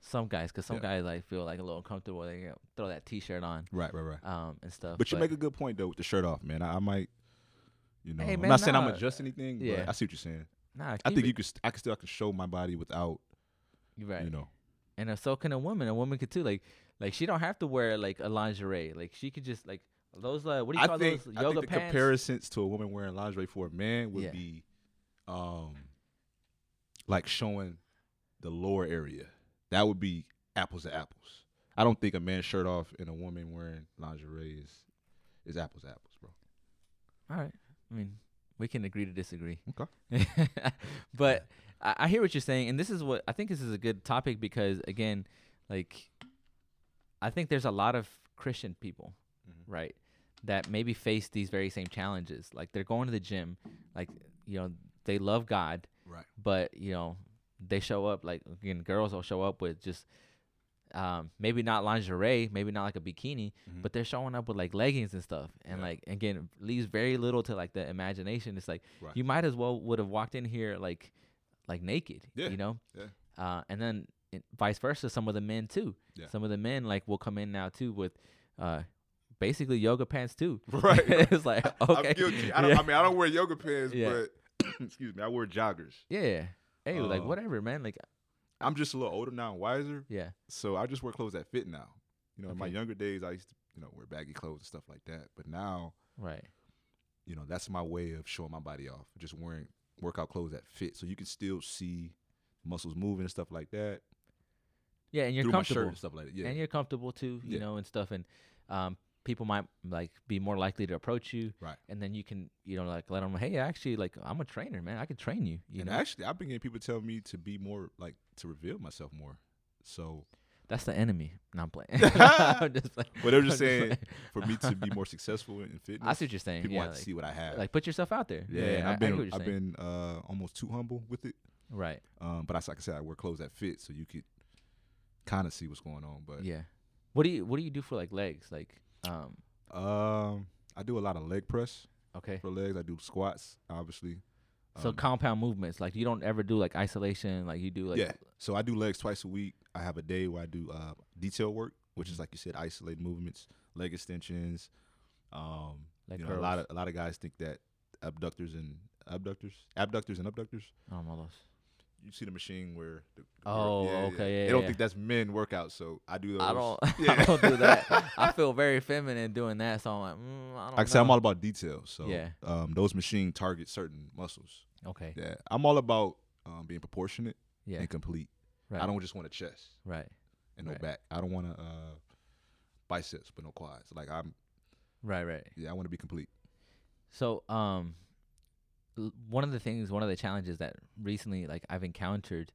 [SPEAKER 2] some guys, cause some
[SPEAKER 1] Yeah.
[SPEAKER 2] guys like feel like a little uncomfortable. They you know, throw that t-shirt on,
[SPEAKER 1] Right, right, right.
[SPEAKER 2] um, and stuff.
[SPEAKER 1] But you make a good point though with the shirt off, man. I, I might, you know,
[SPEAKER 2] Hey,
[SPEAKER 1] I'm
[SPEAKER 2] man,
[SPEAKER 1] not saying I'm
[SPEAKER 2] nah.
[SPEAKER 1] adjust anything,
[SPEAKER 2] Yeah.
[SPEAKER 1] but I see what you're saying.
[SPEAKER 2] nah,
[SPEAKER 1] I
[SPEAKER 2] keep
[SPEAKER 1] think
[SPEAKER 2] it-
[SPEAKER 1] you could, st- I could still, I can show my body without,
[SPEAKER 2] you're right.
[SPEAKER 1] you know,
[SPEAKER 2] and uh, so can a woman. A woman could too. Like, like she don't have to wear like a lingerie. Like she could just like those. Uh, what do you
[SPEAKER 1] I
[SPEAKER 2] call
[SPEAKER 1] think,
[SPEAKER 2] those
[SPEAKER 1] I
[SPEAKER 2] yoga
[SPEAKER 1] think the
[SPEAKER 2] pants?
[SPEAKER 1] comparisons to a woman wearing lingerie for a man would
[SPEAKER 2] Yeah.
[SPEAKER 1] be, um, like showing the lower area. That would be apples to apples. I don't think a man's shirt off and a woman wearing lingerie is is apples to apples, bro.
[SPEAKER 2] All right. I mean, we can agree to disagree.
[SPEAKER 1] Okay.
[SPEAKER 2] but I, I hear what you're saying, and this is what I think this is a good topic because again, like, I think there's a lot of Christian people,
[SPEAKER 1] Mhm.
[SPEAKER 2] right, that maybe face these very same challenges. Like they're going to the gym, like you know they love God,
[SPEAKER 1] Right.
[SPEAKER 2] but you know they show up like again girls will show up with just um maybe not lingerie maybe not like a bikini
[SPEAKER 1] Mhm.
[SPEAKER 2] but they're showing up with like leggings and stuff and
[SPEAKER 1] Yeah.
[SPEAKER 2] like again leaves very little to like the imagination it's like
[SPEAKER 1] Right.
[SPEAKER 2] you might as well would have walked in here like like naked
[SPEAKER 1] Yeah,
[SPEAKER 2] you know
[SPEAKER 1] yeah.
[SPEAKER 2] uh and then it, vice versa some of the men too
[SPEAKER 1] Yeah.
[SPEAKER 2] some of the men like will come in now too with uh basically yoga pants too
[SPEAKER 1] Right.
[SPEAKER 2] it's like okay
[SPEAKER 1] I'm guilty. I, don't,
[SPEAKER 2] Yeah.
[SPEAKER 1] I mean, I don't wear yoga pants,
[SPEAKER 2] Yeah.
[SPEAKER 1] but excuse me, I wear joggers.
[SPEAKER 2] yeah hey like
[SPEAKER 1] Uh,
[SPEAKER 2] whatever man like
[SPEAKER 1] I'm just a little older now and wiser,
[SPEAKER 2] yeah
[SPEAKER 1] so I just wear clothes that fit now. You know, in my
[SPEAKER 2] Okay.
[SPEAKER 1] younger days, I used to, you know, wear baggy clothes and stuff like that. But now,
[SPEAKER 2] right
[SPEAKER 1] you know, that's my way of showing my body off, just wearing workout clothes that fit, so you can still see muscles moving and stuff like that
[SPEAKER 2] yeah and you're
[SPEAKER 1] through my
[SPEAKER 2] comfortable
[SPEAKER 1] shirt and stuff like that. Yeah,
[SPEAKER 2] and you're comfortable too, you
[SPEAKER 1] Yeah.
[SPEAKER 2] know, and stuff, and um, people might like be more likely to approach you,
[SPEAKER 1] Right.
[SPEAKER 2] And then you can, you know, like let them, hey, actually, like I'm a trainer, man, I can train you, you
[SPEAKER 1] and
[SPEAKER 2] know.
[SPEAKER 1] actually, I've been getting people telling me to be more like to reveal myself more. So
[SPEAKER 2] That's the enemy. No, I'm playing. I'm just playing.
[SPEAKER 1] But they're just
[SPEAKER 2] I'm
[SPEAKER 1] saying
[SPEAKER 2] playing.
[SPEAKER 1] for me to be more successful in in fitness,
[SPEAKER 2] I see what you're saying.
[SPEAKER 1] people
[SPEAKER 2] yeah,
[SPEAKER 1] want
[SPEAKER 2] like,
[SPEAKER 1] to see what I have.
[SPEAKER 2] like, put yourself out there.
[SPEAKER 1] Yeah, and
[SPEAKER 2] I-
[SPEAKER 1] I've
[SPEAKER 2] I get what
[SPEAKER 1] been
[SPEAKER 2] you're
[SPEAKER 1] I've
[SPEAKER 2] saying.
[SPEAKER 1] been uh, almost too humble with it.
[SPEAKER 2] right.
[SPEAKER 1] Um, but I, s- like I said, I wear clothes that fit, so you could kind of see what's going on. But
[SPEAKER 2] Yeah. What do you What do you do for like legs? Like, um,
[SPEAKER 1] um, I do a lot of leg press
[SPEAKER 2] okay.
[SPEAKER 1] for legs. I do squats, obviously.
[SPEAKER 2] so
[SPEAKER 1] Um,
[SPEAKER 2] compound movements. Like, you don't ever do like isolation. Like you do like
[SPEAKER 1] yeah, so I do legs twice a week. I have a day where I do uh, detail work, which is like you said, isolated movements, leg extensions. Um,
[SPEAKER 2] like
[SPEAKER 1] you know, a lot of a lot of guys think that abductors and abductors, abductors and abductors.
[SPEAKER 2] I don't know those.
[SPEAKER 1] You see the machine where the, the
[SPEAKER 2] Oh, okay, yeah,
[SPEAKER 1] they don't
[SPEAKER 2] yeah.
[SPEAKER 1] think that's men workouts, so I do those.
[SPEAKER 2] I don't. I
[SPEAKER 1] Yeah.
[SPEAKER 2] don't do that. I feel very feminine doing that, so I'm like, mm, I don't.
[SPEAKER 1] Like I said, I'm
[SPEAKER 2] know.
[SPEAKER 1] all about details. So
[SPEAKER 2] Yeah.
[SPEAKER 1] um, those machine target certain muscles.
[SPEAKER 2] okay.
[SPEAKER 1] Yeah, I'm all about um, being proportionate
[SPEAKER 2] Yeah.
[SPEAKER 1] and complete.
[SPEAKER 2] Right.
[SPEAKER 1] I don't just want a chest
[SPEAKER 2] Right.
[SPEAKER 1] and no
[SPEAKER 2] Right.
[SPEAKER 1] back. I don't want a uh, biceps but no quads. Like I'm,
[SPEAKER 2] Right. Right.
[SPEAKER 1] yeah, I want to be complete.
[SPEAKER 2] So, um, l- one of the things, one of the challenges that recently like I've encountered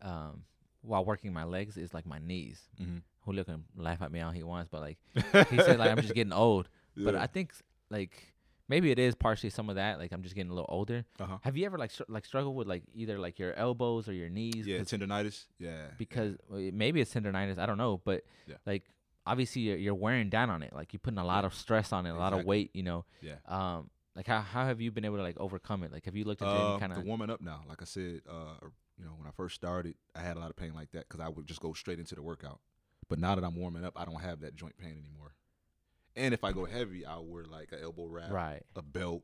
[SPEAKER 2] um, while working my legs is like my knees.
[SPEAKER 1] Mm-hmm.
[SPEAKER 2] Julio can laugh at me all he wants, but like he said, like I'm just getting old. But I think s- like maybe it is partially some of that. Like I'm just getting a little older.
[SPEAKER 1] uh-huh.
[SPEAKER 2] Have you ever like str- like struggled with like either like your elbows or your knees?
[SPEAKER 1] yeah,
[SPEAKER 2] 'Cause-
[SPEAKER 1] tendonitis. Yeah,
[SPEAKER 2] because well, it- maybe it's tendonitis. I don't know, but
[SPEAKER 1] Yeah.
[SPEAKER 2] like obviously you're, you're wearing down on it. Like you're putting a lot of stress on it, a lot of
[SPEAKER 1] Exactly.
[SPEAKER 2] weight. You know,
[SPEAKER 1] yeah.
[SPEAKER 2] um, like how how have you been able to like overcome it? Like have you looked into
[SPEAKER 1] Uh,
[SPEAKER 2] any kind
[SPEAKER 1] the
[SPEAKER 2] of
[SPEAKER 1] warming up now. Like I said, uh, you know, when I first started, I had a lot of pain like that because I would just go straight into the workout. But now that I'm warming up, I don't have that joint pain anymore. And if I go heavy, I'll wear like an elbow wrap,
[SPEAKER 2] right?
[SPEAKER 1] a belt.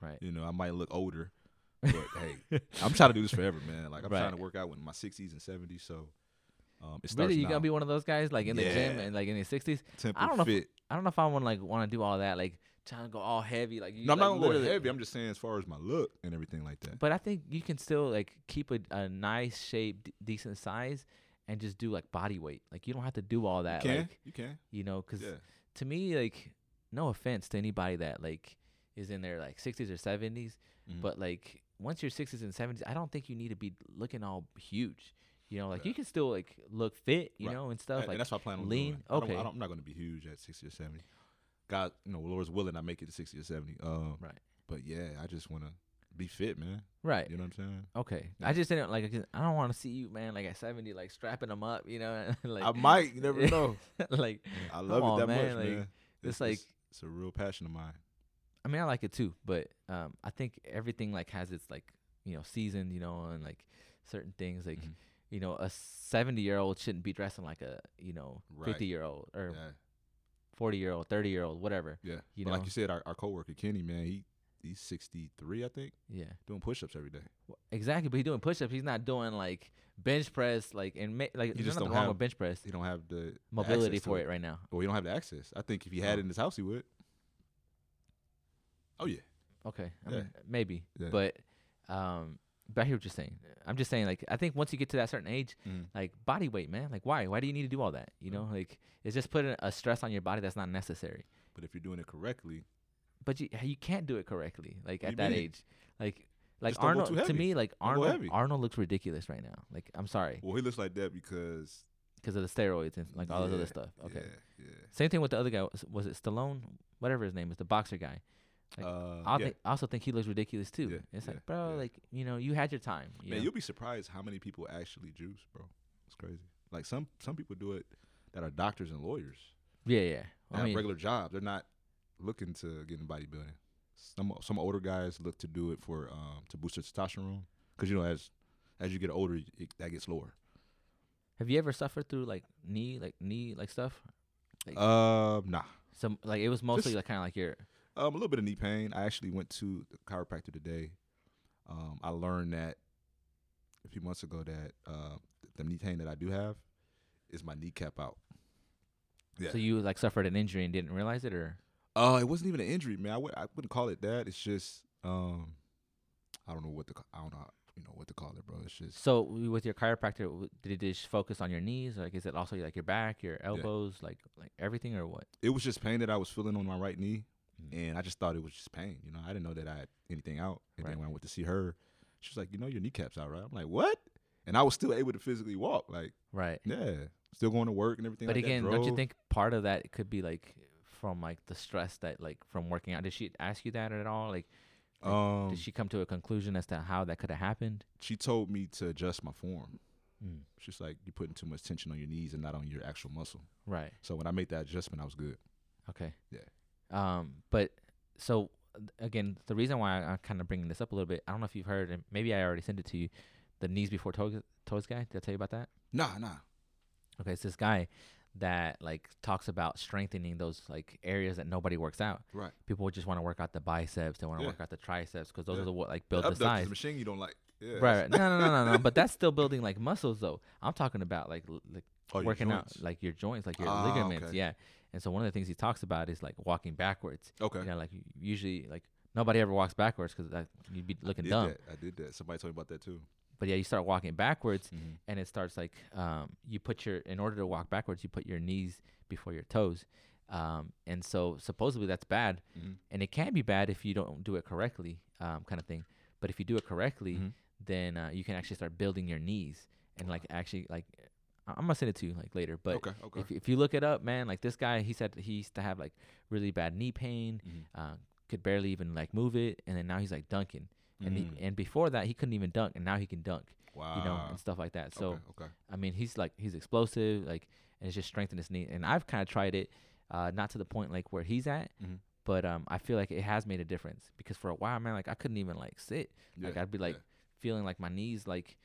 [SPEAKER 2] Right.
[SPEAKER 1] You know, I might look older, but hey, I'm trying to do this forever, man. Like I'm
[SPEAKER 2] Right.
[SPEAKER 1] trying to work out in my 60s and 70s, so um, it starts
[SPEAKER 2] Really, you
[SPEAKER 1] now.
[SPEAKER 2] gonna be one of those guys like in the gym
[SPEAKER 1] Yeah.
[SPEAKER 2] and like in your sixties?
[SPEAKER 1] Temple
[SPEAKER 2] I don't know if-
[SPEAKER 1] fit.
[SPEAKER 2] I don't know if I want like want to do all that. Like trying to go all heavy. Like you,
[SPEAKER 1] no, I'm
[SPEAKER 2] like,
[SPEAKER 1] not gonna go
[SPEAKER 2] literally-
[SPEAKER 1] heavy. I'm just saying as far as my look and everything like that.
[SPEAKER 2] But I think you can still like keep a, a nice shape, d- decent size, and just do like body weight. Like you don't have to do all that.
[SPEAKER 1] you can,
[SPEAKER 2] Like
[SPEAKER 1] you can,
[SPEAKER 2] you know, because
[SPEAKER 1] yeah.
[SPEAKER 2] to me, like, no offense to anybody that like is in their like 60s or 70s,
[SPEAKER 1] Mhm.
[SPEAKER 2] but like once you're 60s and 70s, I don't think you need to be looking all huge. You know, like
[SPEAKER 1] Yeah.
[SPEAKER 2] you can still like look fit, you
[SPEAKER 1] Right.
[SPEAKER 2] know, and
[SPEAKER 1] And-
[SPEAKER 2] stuff.
[SPEAKER 1] and
[SPEAKER 2] like
[SPEAKER 1] that's what I plan on
[SPEAKER 2] lean.
[SPEAKER 1] doing. I don't- I
[SPEAKER 2] Okay.
[SPEAKER 1] don't- I'm not gonna be huge at 60 or 70. God, you know, Lord's willing, I make it to 60 or 70. Um,
[SPEAKER 2] Right.
[SPEAKER 1] But yeah, I just wanna be fit, man.
[SPEAKER 2] right.
[SPEAKER 1] You know what I'm saying?
[SPEAKER 2] Okay.
[SPEAKER 1] Yeah.
[SPEAKER 2] I just didn't like. 'cause I don't want to see you, man. Like at 70, like strapping them up. You know, like
[SPEAKER 1] I might. You never know.
[SPEAKER 2] like
[SPEAKER 1] I love
[SPEAKER 2] on,
[SPEAKER 1] it that
[SPEAKER 2] man,
[SPEAKER 1] much,
[SPEAKER 2] like,
[SPEAKER 1] man.
[SPEAKER 2] it's like
[SPEAKER 1] it's a real passion of mine.
[SPEAKER 2] I mean, I like it too, but um, I think everything like has its like you know season, you know, and like certain things like
[SPEAKER 1] Mhm.
[SPEAKER 2] you know a seventy year old shouldn't be dressing like a you know
[SPEAKER 1] Right.
[SPEAKER 2] fifty year old or
[SPEAKER 1] Yeah.
[SPEAKER 2] forty year old, thirty year old, whatever.
[SPEAKER 1] Yeah.
[SPEAKER 2] You
[SPEAKER 1] but
[SPEAKER 2] know?
[SPEAKER 1] like you said, our, our coworker Kenny, man, he he's 63, I think,
[SPEAKER 2] Yeah,
[SPEAKER 1] doing push-ups every day.
[SPEAKER 2] Wh- exactly. But he's doing push ups. He's not doing like bench press, like and ma- like
[SPEAKER 1] He
[SPEAKER 2] there's
[SPEAKER 1] just
[SPEAKER 2] nothing
[SPEAKER 1] don't
[SPEAKER 2] wrong
[SPEAKER 1] have
[SPEAKER 2] with bench press.
[SPEAKER 1] He don't have the
[SPEAKER 2] Mobility
[SPEAKER 1] access to
[SPEAKER 2] for it right now.
[SPEAKER 1] Well, he don't have the access. I think if he had it in his house, he would. Oh yeah.
[SPEAKER 2] Okay, I
[SPEAKER 1] Yeah.
[SPEAKER 2] mean, maybe,
[SPEAKER 1] Yeah.
[SPEAKER 2] but um, but I hear what you're saying. I'm just saying like I think once you get to that certain age,
[SPEAKER 1] Mm.
[SPEAKER 2] like body weight, man. Like why? Why do you need to do all that? You
[SPEAKER 1] Yeah.
[SPEAKER 2] know, like it's just putting a stress on your body that's not necessary.
[SPEAKER 1] But if you're doing it correctly,
[SPEAKER 2] But you you can't do it correctly, like
[SPEAKER 1] What
[SPEAKER 2] at
[SPEAKER 1] do you
[SPEAKER 2] that
[SPEAKER 1] mean?
[SPEAKER 2] age. Like like
[SPEAKER 1] Just don't go too
[SPEAKER 2] Arnold
[SPEAKER 1] heavy.
[SPEAKER 2] to me, like
[SPEAKER 1] Don't go
[SPEAKER 2] Arnold
[SPEAKER 1] heavy.
[SPEAKER 2] Arnold looks ridiculous right now. Like I'm sorry
[SPEAKER 1] well, he looks like that because
[SPEAKER 2] because of the steroids and like all this
[SPEAKER 1] Yeah,
[SPEAKER 2] other stuff. Okay.
[SPEAKER 1] Yeah. yeah.
[SPEAKER 2] Same thing with the other guy. Was, was it Stallone? Whatever his name is, the boxer guy. Like,
[SPEAKER 1] uh,
[SPEAKER 2] I
[SPEAKER 1] yeah.
[SPEAKER 2] think, also think he looks ridiculous too.
[SPEAKER 1] Yeah,
[SPEAKER 2] it's
[SPEAKER 1] yeah,
[SPEAKER 2] like, bro,
[SPEAKER 1] yeah.
[SPEAKER 2] like you know, you had your time. You
[SPEAKER 1] man,
[SPEAKER 2] know?
[SPEAKER 1] you'll be surprised how many people actually juice, bro. It's crazy. Like some some people do it that are doctors and lawyers.
[SPEAKER 2] Yeah, yeah.
[SPEAKER 1] They
[SPEAKER 2] I
[SPEAKER 1] have
[SPEAKER 2] mean,
[SPEAKER 1] regular jobs. They're not looking to get in bodybuilding. Some some older guys look to do it for um, to boost their testosterone because you know as as you get older, it, that gets lower.
[SPEAKER 2] have you ever suffered through like knee, like knee, like stuff? Like-
[SPEAKER 1] Um, nah.
[SPEAKER 2] Some like it was mostly
[SPEAKER 1] Just-
[SPEAKER 2] like kind of like your
[SPEAKER 1] Um, a little bit of knee pain. I actually went to the chiropractor today. Um, I learned that a few months ago that uh, the knee pain that I do have is my kneecap out. Yeah.
[SPEAKER 2] So you like suffered an injury and didn't realize it, or
[SPEAKER 1] Uh, it wasn't even an injury, man. I w- I wouldn't call it that. It's just um, I don't know what to ca- I don't know how- you know what to call it, bro. It's just
[SPEAKER 2] so w- with your chiropractor, w- did it just focus on your knees? Like, is it also like your back, your elbows, like like everything, or what?
[SPEAKER 1] it was just pain that I was feeling on my right knee,
[SPEAKER 2] Mm.
[SPEAKER 1] and I just thought it was just pain. You know, I didn't know that I had anything out. And
[SPEAKER 2] Right.
[SPEAKER 1] then when I went to see her, she was like, "You know, your kneecap's out, right?" I'm like, "What?" And I was still able to physically walk, like
[SPEAKER 2] Right.
[SPEAKER 1] yeah, still going to work and everything.
[SPEAKER 2] But
[SPEAKER 1] like
[SPEAKER 2] again,
[SPEAKER 1] that.
[SPEAKER 2] don't you
[SPEAKER 1] Drove.
[SPEAKER 2] think part of that could be like from like the stress that like from working out? Did she ask you that at all? Like, like,
[SPEAKER 1] Um,
[SPEAKER 2] did
[SPEAKER 1] she-,
[SPEAKER 2] she come to a conclusion as to how that could have happened?
[SPEAKER 1] told me to adjust my form. She's like, "You're putting too much tension on your knees and not on your actual muscle."
[SPEAKER 2] Right.
[SPEAKER 1] So when I made that adjustment, I was good.
[SPEAKER 2] Okay.
[SPEAKER 1] Yeah.
[SPEAKER 2] Um, but so th- again, the reason why I, I'm kind of bringing this up a little bit, I don't know if you've heard, and maybe I already sent it to you, the knees before toes, toes guy. Did I tell you about that?
[SPEAKER 1] Nah, nah.
[SPEAKER 2] Okay, it's this guy that like talks about strengthening those like areas that nobody works out.
[SPEAKER 1] Right.
[SPEAKER 2] People just want to work out the biceps. They want to
[SPEAKER 1] Yeah.
[SPEAKER 2] work out the triceps because those
[SPEAKER 1] Yeah.
[SPEAKER 2] are the what like build the
[SPEAKER 1] Abductors,
[SPEAKER 2] size.
[SPEAKER 1] machine you don't like. Yeah.
[SPEAKER 2] Right, right. No, no, no, no, no. But that's still building like muscles though. I'm talking about like l- like
[SPEAKER 1] Oh, your
[SPEAKER 2] working out
[SPEAKER 1] joints.
[SPEAKER 2] like your joints, like your
[SPEAKER 1] Ah,
[SPEAKER 2] ligaments.
[SPEAKER 1] okay.
[SPEAKER 2] Yeah. And so one of the things he talks about is like walking backwards.
[SPEAKER 1] Okay.
[SPEAKER 2] You know, like usually, like nobody ever walks backwards because you'd be
[SPEAKER 1] I
[SPEAKER 2] looking
[SPEAKER 1] did
[SPEAKER 2] dumb.
[SPEAKER 1] that. I did that. Somebody told me about that too.
[SPEAKER 2] But yeah, you start walking backwards, and it starts like um, you put your in order to walk backwards, you put your knees before your toes, um, and so supposedly that's bad,
[SPEAKER 1] Mhm.
[SPEAKER 2] and it can be bad if you don't do it correctly. um, kind of thing. But if you do it correctly,
[SPEAKER 1] Mhm.
[SPEAKER 2] then uh, you can actually start building your knees and like actually like I- I'm gonna send it to you like later. But
[SPEAKER 1] okay, okay.
[SPEAKER 2] if if you look it up, man, like this guy, he said he used to have like really bad knee pain,
[SPEAKER 1] Mhm.
[SPEAKER 2] uh, could barely even like move it, and then now he's like dunking.
[SPEAKER 1] Mm.
[SPEAKER 2] And he, and before that he couldn't even dunk, and now he can dunk,
[SPEAKER 1] wow.
[SPEAKER 2] you know, and stuff like that. So
[SPEAKER 1] okay, okay.
[SPEAKER 2] I mean, he's like he's explosive, like, and it's just strength in his knee. And I've kind of tried it, uh, not to the point like where he's at,
[SPEAKER 1] Mhm.
[SPEAKER 2] but um, I feel like it has made a difference because for a while, man, like I couldn't even like sit,
[SPEAKER 1] Yeah,
[SPEAKER 2] like I'd be like
[SPEAKER 1] yeah.
[SPEAKER 2] feeling like my knees like.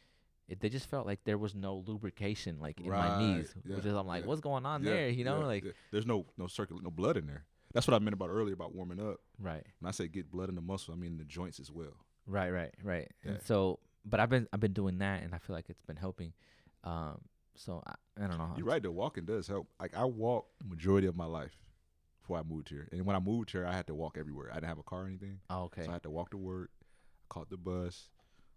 [SPEAKER 2] It, they just felt like there was no lubrication like in
[SPEAKER 1] Right,
[SPEAKER 2] my knees,
[SPEAKER 1] yeah,
[SPEAKER 2] which is I'm like,
[SPEAKER 1] yeah,
[SPEAKER 2] what's going on
[SPEAKER 1] Yeah,
[SPEAKER 2] there? You know,
[SPEAKER 1] yeah,
[SPEAKER 2] like
[SPEAKER 1] yeah. there's no no circulate, no blood in there. That's what I meant about earlier about warming up.
[SPEAKER 2] right,
[SPEAKER 1] When I say get blood in the muscle, I mean the joints as well.
[SPEAKER 2] right, right, right.
[SPEAKER 1] Yeah.
[SPEAKER 2] And so, but I've been I've been doing that, and I feel like it's been helping. Um, so I, I don't know.
[SPEAKER 1] You're right. though. walking does help. Like I walked the majority of my life before I moved here, and when I moved here, I had to walk everywhere. I didn't have a car or anything,
[SPEAKER 2] Oh, okay.
[SPEAKER 1] so I had to walk to work. I caught the bus,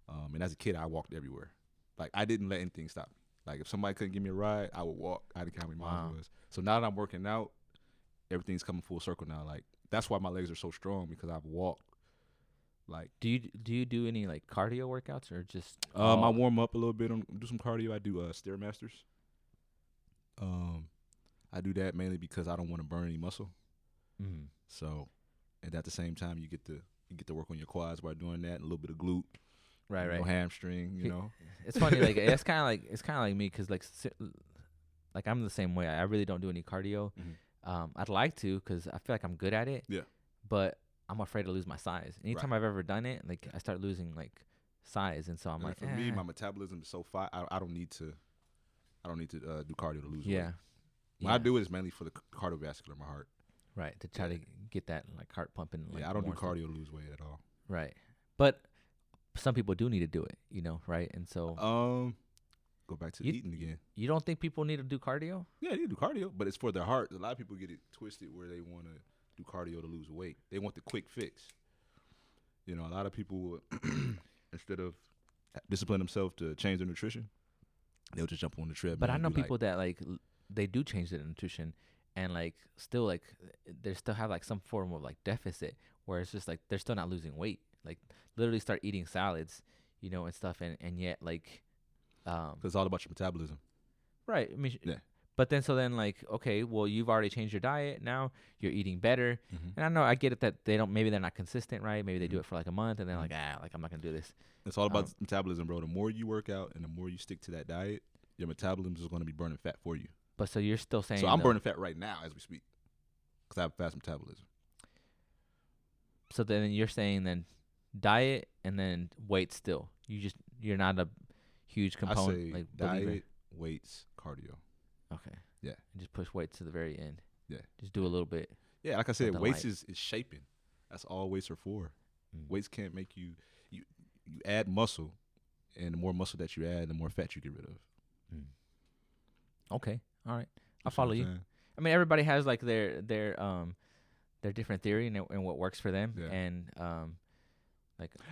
[SPEAKER 1] um, and as a kid, I walked everywhere. Like I didn't let anything stop me. Like if somebody couldn't give me a ride, I would walk. I didn't care how many miles
[SPEAKER 2] Wow.
[SPEAKER 1] it was. So now that I'm working out, everything's coming full circle now. Like that's why my legs are so strong because I've walked. Like
[SPEAKER 2] Do you do you do any like cardio workouts or just?
[SPEAKER 1] Um, I
[SPEAKER 2] all-
[SPEAKER 1] warm up a little bit. On, do some cardio. I do uh, stairmasters. Um, I do that mainly because I don't want to burn any muscle.
[SPEAKER 2] Mm.
[SPEAKER 1] So, and at the same time, you get to you get to work on your quads by doing that, and a little bit of glute,
[SPEAKER 2] Right,
[SPEAKER 1] you know,
[SPEAKER 2] right.
[SPEAKER 1] hamstring. You
[SPEAKER 2] He-
[SPEAKER 1] know,
[SPEAKER 2] It's funny, like it's kind of like it's kind of like me, cause like, si- like I'm the same way. I really don't do any cardio.
[SPEAKER 1] Mhm.
[SPEAKER 2] Um, I'd like to, cause I feel like I'm good at it.
[SPEAKER 1] Yeah.
[SPEAKER 2] But I'm afraid to lose my size. Anytime I've ever done it, like I start losing like size, and so I'm
[SPEAKER 1] And
[SPEAKER 2] like,
[SPEAKER 1] for me,
[SPEAKER 2] "Eh."
[SPEAKER 1] my metabolism is so fine. I, I don't need to. I don't need to uh, do cardio to lose
[SPEAKER 2] yeah.
[SPEAKER 1] weight. When I
[SPEAKER 2] Yeah.
[SPEAKER 1] do it, it's mainly for the c- cardiovascular, my heart.
[SPEAKER 2] right to try
[SPEAKER 1] yeah.
[SPEAKER 2] to get that like heart pumping. Like,
[SPEAKER 1] yeah, I don't do
[SPEAKER 2] more stuff.
[SPEAKER 1] cardio to lose weight at all.
[SPEAKER 2] Right, but some people do need to do it, you know, right? And so
[SPEAKER 1] Um, go back to
[SPEAKER 2] Oh. You-
[SPEAKER 1] eating again.
[SPEAKER 2] you don't think people need to do cardio?
[SPEAKER 1] Yeah, they do cardio, but it's for their heart. A lot of people get it twisted where they want to do cardio to lose weight. They want the quick fix. You know, a lot of people will, instead of discipline themselves to change their nutrition, they'll just jump on the treadmill.
[SPEAKER 2] But I
[SPEAKER 1] and
[SPEAKER 2] know
[SPEAKER 1] do, like-
[SPEAKER 2] people that like l- they do change their nutrition and like still like they still have like some form of like deficit where it's just like they're still not losing weight. Like literally start eating salads, you know, and stuff and and yet like um
[SPEAKER 1] 'cause it's all about your metabolism.
[SPEAKER 2] right, I mean sh-
[SPEAKER 1] Yeah.
[SPEAKER 2] But then so then like okay, well you've already changed your diet. Now you're eating better. And I know I get it that they don't maybe they're not consistent, right? Maybe they do
[SPEAKER 1] Mhm.
[SPEAKER 2] it for like a month and they're like ah, like I'm not going to do this.
[SPEAKER 1] It's all about
[SPEAKER 2] Um,
[SPEAKER 1] metabolism, bro. The more you work out and the more you stick to that diet, your metabolism is going to be burning fat for you.
[SPEAKER 2] But so you're still saying
[SPEAKER 1] So I'm
[SPEAKER 2] though-
[SPEAKER 1] burning fat right now as we speak because I have fast metabolism.
[SPEAKER 2] so then you're saying then diet and then weight still you just you're not a huge component
[SPEAKER 1] I say
[SPEAKER 2] like
[SPEAKER 1] diet,
[SPEAKER 2] believer.
[SPEAKER 1] weights, cardio.
[SPEAKER 2] okay
[SPEAKER 1] Yeah.
[SPEAKER 2] just push weight to the very end
[SPEAKER 1] Yeah.
[SPEAKER 2] just do a little bit
[SPEAKER 1] Yeah, like I said,
[SPEAKER 2] Something
[SPEAKER 1] weights
[SPEAKER 2] light.
[SPEAKER 1] is, is shaping. That's all weights are for.
[SPEAKER 2] Mm.
[SPEAKER 1] Weights can't make you you you add muscle, and the more muscle that you add, the more fat you get rid of.
[SPEAKER 2] Mm. okay all right i
[SPEAKER 1] see what
[SPEAKER 2] follow
[SPEAKER 1] I'm
[SPEAKER 2] you
[SPEAKER 1] saying?
[SPEAKER 2] i mean everybody has like their their um their different theory and, and what works for them
[SPEAKER 1] Yeah.
[SPEAKER 2] and um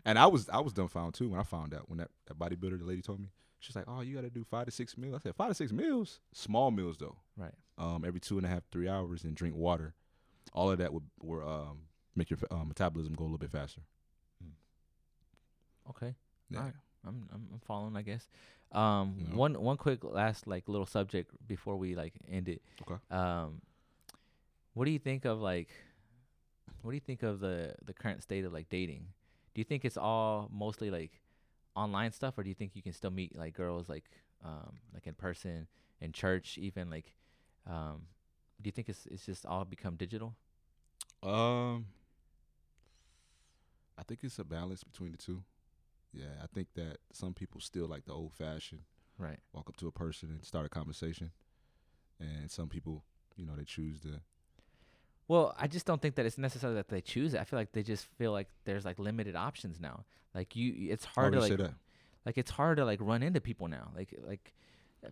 [SPEAKER 1] And I was I was dumbfounded too when I found out when that, that bodybuilder the lady told me she's like, oh, you got to do five to six meals. I said five to six meals, small meals though.
[SPEAKER 2] Right.
[SPEAKER 1] Um, every two and a half three hours and drink water. All of that would would um make your uh, metabolism go a little bit faster.
[SPEAKER 2] okay
[SPEAKER 1] Yeah.
[SPEAKER 2] all right I'm, I'm I'm following, I guess. Um,
[SPEAKER 1] No.
[SPEAKER 2] one one quick last like little subject before we like end it.
[SPEAKER 1] Okay.
[SPEAKER 2] Um, what do you think of like, what do you think of the the current state of like dating? Do you think it's all mostly like online stuff, or do you think you can still meet like girls like um like in person in church even like um do you think it's it's just all become digital?
[SPEAKER 1] Um, I think it's a balance between the two. Yeah, I think that some people still like the old fashioned
[SPEAKER 2] Right.
[SPEAKER 1] walk up to a person and start a conversation, and some people, you know, they choose to.
[SPEAKER 2] Well, I just don't think that it's necessary that they choose it. I feel like they just feel like there's like limited options now. Like you, it's hard to
[SPEAKER 1] How do you
[SPEAKER 2] like
[SPEAKER 1] say that?
[SPEAKER 2] like it's hard to like run into people now. Like like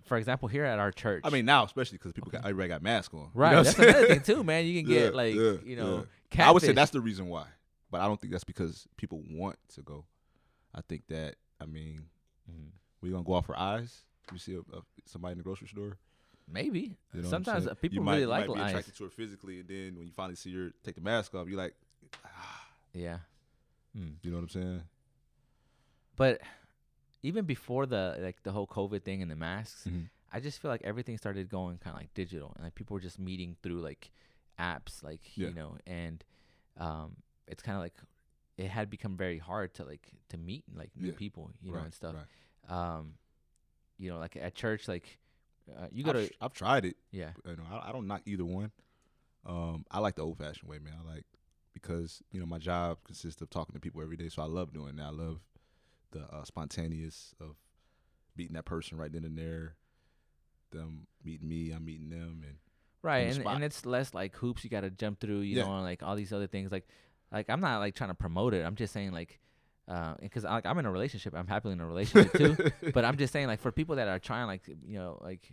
[SPEAKER 2] for example, here at our church.
[SPEAKER 1] I mean, now especially because people
[SPEAKER 2] Okay.
[SPEAKER 1] got everybody got masks on. you know
[SPEAKER 2] right?
[SPEAKER 1] what I'm
[SPEAKER 2] that's
[SPEAKER 1] saying?
[SPEAKER 2] another thing too, man. You can
[SPEAKER 1] Yeah,
[SPEAKER 2] get like
[SPEAKER 1] yeah,
[SPEAKER 2] you know.
[SPEAKER 1] I would say
[SPEAKER 2] catfish.
[SPEAKER 1] that's the reason why, but I don't think that's because people want to go. I think that I mean
[SPEAKER 2] Mhm.
[SPEAKER 1] we gonna go off our eyes. We see a, a, somebody in the grocery store.
[SPEAKER 2] maybe
[SPEAKER 1] You know what I'm
[SPEAKER 2] sometimes
[SPEAKER 1] saying?
[SPEAKER 2] uh, people
[SPEAKER 1] you might,
[SPEAKER 2] really
[SPEAKER 1] you
[SPEAKER 2] like
[SPEAKER 1] might be
[SPEAKER 2] lies.
[SPEAKER 1] attracted to her physically, and then when you finally see her take the mask off, you're like, ah,
[SPEAKER 2] Yeah, Mm.
[SPEAKER 1] You know what I'm saying?
[SPEAKER 2] But even before the like the whole COVID thing and the masks, I just feel like everything started going kind of like digital, and like people were just meeting through like apps, like
[SPEAKER 1] Yeah.
[SPEAKER 2] you know, and um, it's kind of like it had become very hard to like to meet like new
[SPEAKER 1] Yeah.
[SPEAKER 2] people, you know,
[SPEAKER 1] Right,
[SPEAKER 2] and stuff.
[SPEAKER 1] right.
[SPEAKER 2] Um, you know, like at church, like uh, you go
[SPEAKER 1] I've,
[SPEAKER 2] to
[SPEAKER 1] I've tried it.
[SPEAKER 2] yeah,
[SPEAKER 1] You know, I, I don't knock either one. Um, I like the old fashioned way, man. I like because you know my job consists of talking to people every day, so I love doing that. I love the uh, spontaneous of meeting that person right then and there. Them meeting me, I'm meeting them, and
[SPEAKER 2] right,
[SPEAKER 1] the
[SPEAKER 2] and,
[SPEAKER 1] spot.
[SPEAKER 2] and it's less like hoops you got to jump through, you
[SPEAKER 1] Yeah.
[SPEAKER 2] know, and like all these other things. Like, like I'm not like trying to promote it. I'm just saying like, because like I'm in a relationship, I'm happily in a relationship too. but I'm just saying, like, for people that are trying, like, you know, like,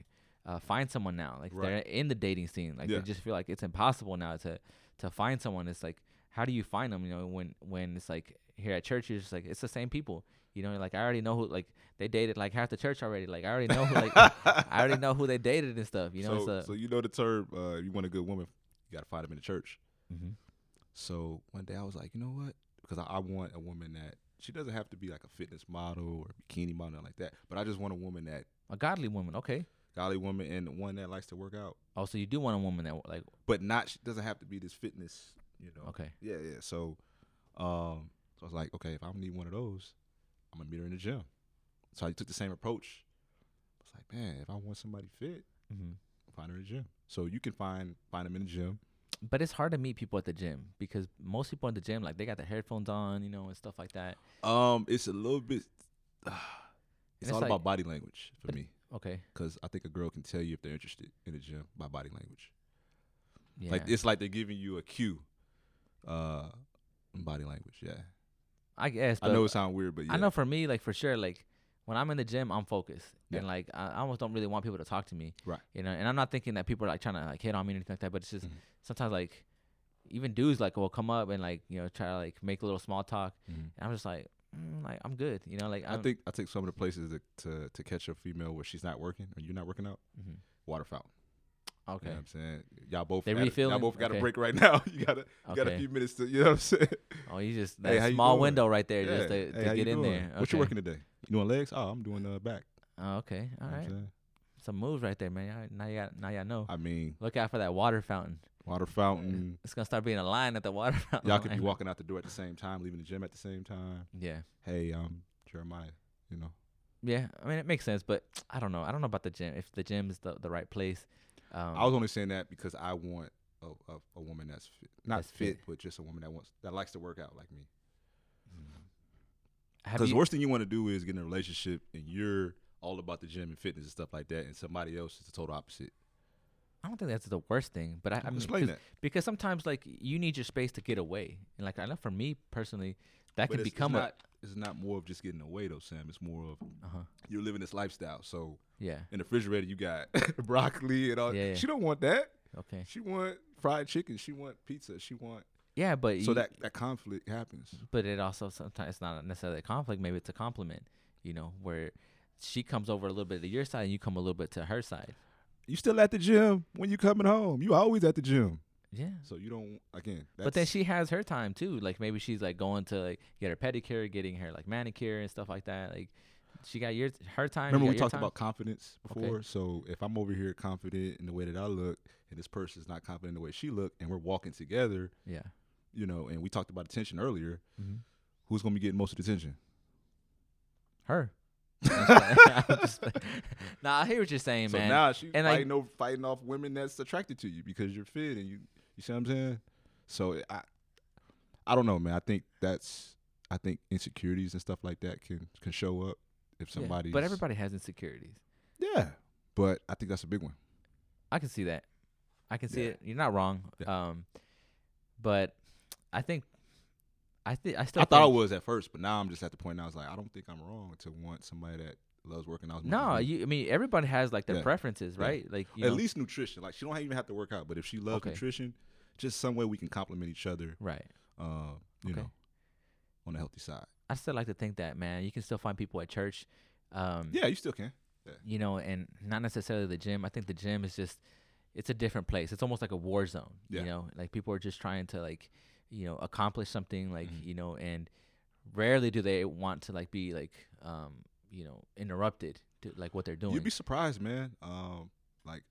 [SPEAKER 2] uh, find someone now, like they're
[SPEAKER 1] Right.
[SPEAKER 2] in the dating scene, like
[SPEAKER 1] Yeah.
[SPEAKER 2] they just feel like it's impossible now to to find someone. It's like, how do you find them? You know, when when it's like here at church, you're just like, it's the same people. You know, like I already know who, like they dated like half the church already. Like I already know, who, like I already know who they dated and stuff. You know,
[SPEAKER 1] so,
[SPEAKER 2] it's a
[SPEAKER 1] so you know the term. Uh, you want a good woman, you gotta find them in the church.
[SPEAKER 2] Mhm.
[SPEAKER 1] So one day I was like, you know what? Because I, I want a woman that she doesn't have to be like a fitness model or bikini model nothing like that, but I just want a woman that
[SPEAKER 2] a godly woman. Okay,
[SPEAKER 1] godly woman and one that likes to work out,
[SPEAKER 2] oh, so you do want a woman that like
[SPEAKER 1] but not she doesn't have to be this fitness, you know.
[SPEAKER 2] okay,
[SPEAKER 1] Yeah, yeah. So, um, so I was like, okay, if I need one of those, I'm gonna meet her in the gym. So I took the same approach. I was like, man, if I want somebody fit,
[SPEAKER 2] hmm
[SPEAKER 1] find her in the gym. So you can find find them in the gym.
[SPEAKER 2] but it's hard to meet people at the gym because most people at the gym, like they got their headphones on, you know, and stuff like that.
[SPEAKER 1] Um, it's a little bit. it's
[SPEAKER 2] it's
[SPEAKER 1] all
[SPEAKER 2] like-
[SPEAKER 1] about body language for
[SPEAKER 2] but-
[SPEAKER 1] me,
[SPEAKER 2] Okay,
[SPEAKER 1] because I think a girl can tell you if they're interested in the gym by body language.
[SPEAKER 2] yeah.
[SPEAKER 1] Like it's like they're giving you a cue, uh, in body language. Yeah,
[SPEAKER 2] I guess. But
[SPEAKER 1] I know it sounds weird, but yeah.
[SPEAKER 2] I know for me, like for sure, like when I'm in the gym, I'm focused,
[SPEAKER 1] Yeah.
[SPEAKER 2] and like I I almost don't really want people to talk to me,
[SPEAKER 1] Right.
[SPEAKER 2] You know, and I'm not thinking that people are like trying to like hit on me or anything like that, but it's just
[SPEAKER 1] Mhm.
[SPEAKER 2] sometimes like even dudes like will come up and like you know try to like make a little small talk,
[SPEAKER 1] Mhm.
[SPEAKER 2] and I'm just like, mm, like I'm good, you know, like
[SPEAKER 1] I
[SPEAKER 2] I'm,
[SPEAKER 1] think I think some of the places to, to to catch a female where she's not working or you're not working out,
[SPEAKER 2] Mhm.
[SPEAKER 1] water fountain.
[SPEAKER 2] okay,
[SPEAKER 1] You know what I'm saying y'all both
[SPEAKER 2] They
[SPEAKER 1] gotta, y'all
[SPEAKER 2] refilling?
[SPEAKER 1] both got a
[SPEAKER 2] Okay.
[SPEAKER 1] break right now. You gotta you got a
[SPEAKER 2] okay.
[SPEAKER 1] few minutes to you know what I'm saying.
[SPEAKER 2] oh, you just
[SPEAKER 1] Hey,
[SPEAKER 2] that
[SPEAKER 1] how you
[SPEAKER 2] small
[SPEAKER 1] doing?
[SPEAKER 2] window right there
[SPEAKER 1] Yeah.
[SPEAKER 2] just to,
[SPEAKER 1] Hey,
[SPEAKER 2] to
[SPEAKER 1] how you
[SPEAKER 2] get in
[SPEAKER 1] doing?
[SPEAKER 2] there. Okay.
[SPEAKER 1] What you working today? You doing legs? Oh, I'm doing uh back.
[SPEAKER 2] Oh, okay, all
[SPEAKER 1] You know what
[SPEAKER 2] right,
[SPEAKER 1] I'm saying?
[SPEAKER 2] some moves right there, man. Y'all- Now you got, now y'all know.
[SPEAKER 1] I mean,
[SPEAKER 2] Look out for that water fountain.
[SPEAKER 1] water fountain.
[SPEAKER 2] It's gonna start being a line at the water fountain.
[SPEAKER 1] Y'all could be
[SPEAKER 2] line.
[SPEAKER 1] walking out the door at the same time, leaving the gym at the same time.
[SPEAKER 2] Yeah.
[SPEAKER 1] Hey, um, Jeremiah, you know,
[SPEAKER 2] Yeah, I mean it makes sense, but I don't know. I don't know about the gym. If the gym is the, the right place, um,
[SPEAKER 1] I was only saying that because I want a, a, a woman that's fit, not
[SPEAKER 2] That's
[SPEAKER 1] fit,
[SPEAKER 2] fit.
[SPEAKER 1] but just a woman that wants that likes to work out like me.
[SPEAKER 2] have
[SPEAKER 1] Because
[SPEAKER 2] you-
[SPEAKER 1] the worst thing you want to do is get in a relationship and you're all about the gym and fitness and stuff like that, and somebody else is the total opposite.
[SPEAKER 2] I don't think that's the worst thing, but I, I mean,
[SPEAKER 1] Explain
[SPEAKER 2] 'cause-
[SPEAKER 1] that.
[SPEAKER 2] because sometimes like you need your space to get away, and like I know for me personally, that
[SPEAKER 1] But
[SPEAKER 2] could
[SPEAKER 1] it's,
[SPEAKER 2] become
[SPEAKER 1] it's not, it's not more of just getting away though, Sam. It's more of
[SPEAKER 2] a uh huh
[SPEAKER 1] you're living this lifestyle. So
[SPEAKER 2] yeah
[SPEAKER 1] in the refrigerator, you got broccoli and all.
[SPEAKER 2] Yeah, yeah.
[SPEAKER 1] She don't want that.
[SPEAKER 2] okay
[SPEAKER 1] She want fried chicken. She want pizza. She want
[SPEAKER 2] yeah, but
[SPEAKER 1] so
[SPEAKER 2] you-
[SPEAKER 1] that that conflict happens.
[SPEAKER 2] but it also sometimes it's not necessarily a conflict. Maybe it's a compliment, you know, where she comes over a little bit to your side and you come a little bit to her side.
[SPEAKER 1] You still at the gym when you coming home. You always at the gym.
[SPEAKER 2] Yeah,
[SPEAKER 1] So you don't again. That's,
[SPEAKER 2] but then she has her time too. Like maybe she's like going to like get her pedicure, getting her like manicure and stuff like that. Like she got your her time. you
[SPEAKER 1] Remember we
[SPEAKER 2] got your
[SPEAKER 1] talked
[SPEAKER 2] time.
[SPEAKER 1] about confidence
[SPEAKER 2] Okay.
[SPEAKER 1] before. So if I'm over here confident in the way that I look, and this person's not confident in the way she look, and we're walking together,
[SPEAKER 2] yeah.
[SPEAKER 1] you know, and we talked about attention earlier.
[SPEAKER 2] Mhm.
[SPEAKER 1] Who's gonna be getting most of the attention?
[SPEAKER 2] Her. I'm just playing. nah, I hear what you're saying,
[SPEAKER 1] so
[SPEAKER 2] man.
[SPEAKER 1] now she's
[SPEAKER 2] And I-
[SPEAKER 1] fighting over fighting off women that's attracted to you because you're fit and you you see what I'm saying. So I I don't know, man. I think that's I think insecurities and stuff like that can can show up if
[SPEAKER 2] Yeah,
[SPEAKER 1] somebody.
[SPEAKER 2] But everybody has insecurities.
[SPEAKER 1] Yeah, but I think that's a big one.
[SPEAKER 2] I can see that. I can see
[SPEAKER 1] Yeah.
[SPEAKER 2] it. You're not wrong. Um, but I think I think I still
[SPEAKER 1] I thought I
[SPEAKER 2] think-
[SPEAKER 1] was at first, but now I'm just at the point. Now I was like, I don't think I'm wrong to want somebody that loves working out. as much
[SPEAKER 2] No,
[SPEAKER 1] as me.
[SPEAKER 2] you, I mean everybody has like their
[SPEAKER 1] Yeah.
[SPEAKER 2] preferences,
[SPEAKER 1] Yeah.
[SPEAKER 2] right? Like you
[SPEAKER 1] at
[SPEAKER 2] know-
[SPEAKER 1] least nutrition. Like she don't even have to work out, but if she loves
[SPEAKER 2] Okay.
[SPEAKER 1] nutrition, just some way we can complement each other.
[SPEAKER 2] right.
[SPEAKER 1] Uh, you
[SPEAKER 2] Okay.
[SPEAKER 1] know, on the healthy side.
[SPEAKER 2] I still like to think that, man. You can still find people at church. Um,
[SPEAKER 1] Yeah, you still can.
[SPEAKER 2] you know, and not necessarily the gym. I think the gym is just it's a different place. It's almost like a war zone.
[SPEAKER 1] Yeah.
[SPEAKER 2] You know, like people are just trying to like, you know, accomplish something like,
[SPEAKER 1] Mhm.
[SPEAKER 2] you know, and rarely do they want to like be like um you know interrupted to like what they're doing.
[SPEAKER 1] You'd be surprised, man. Um, like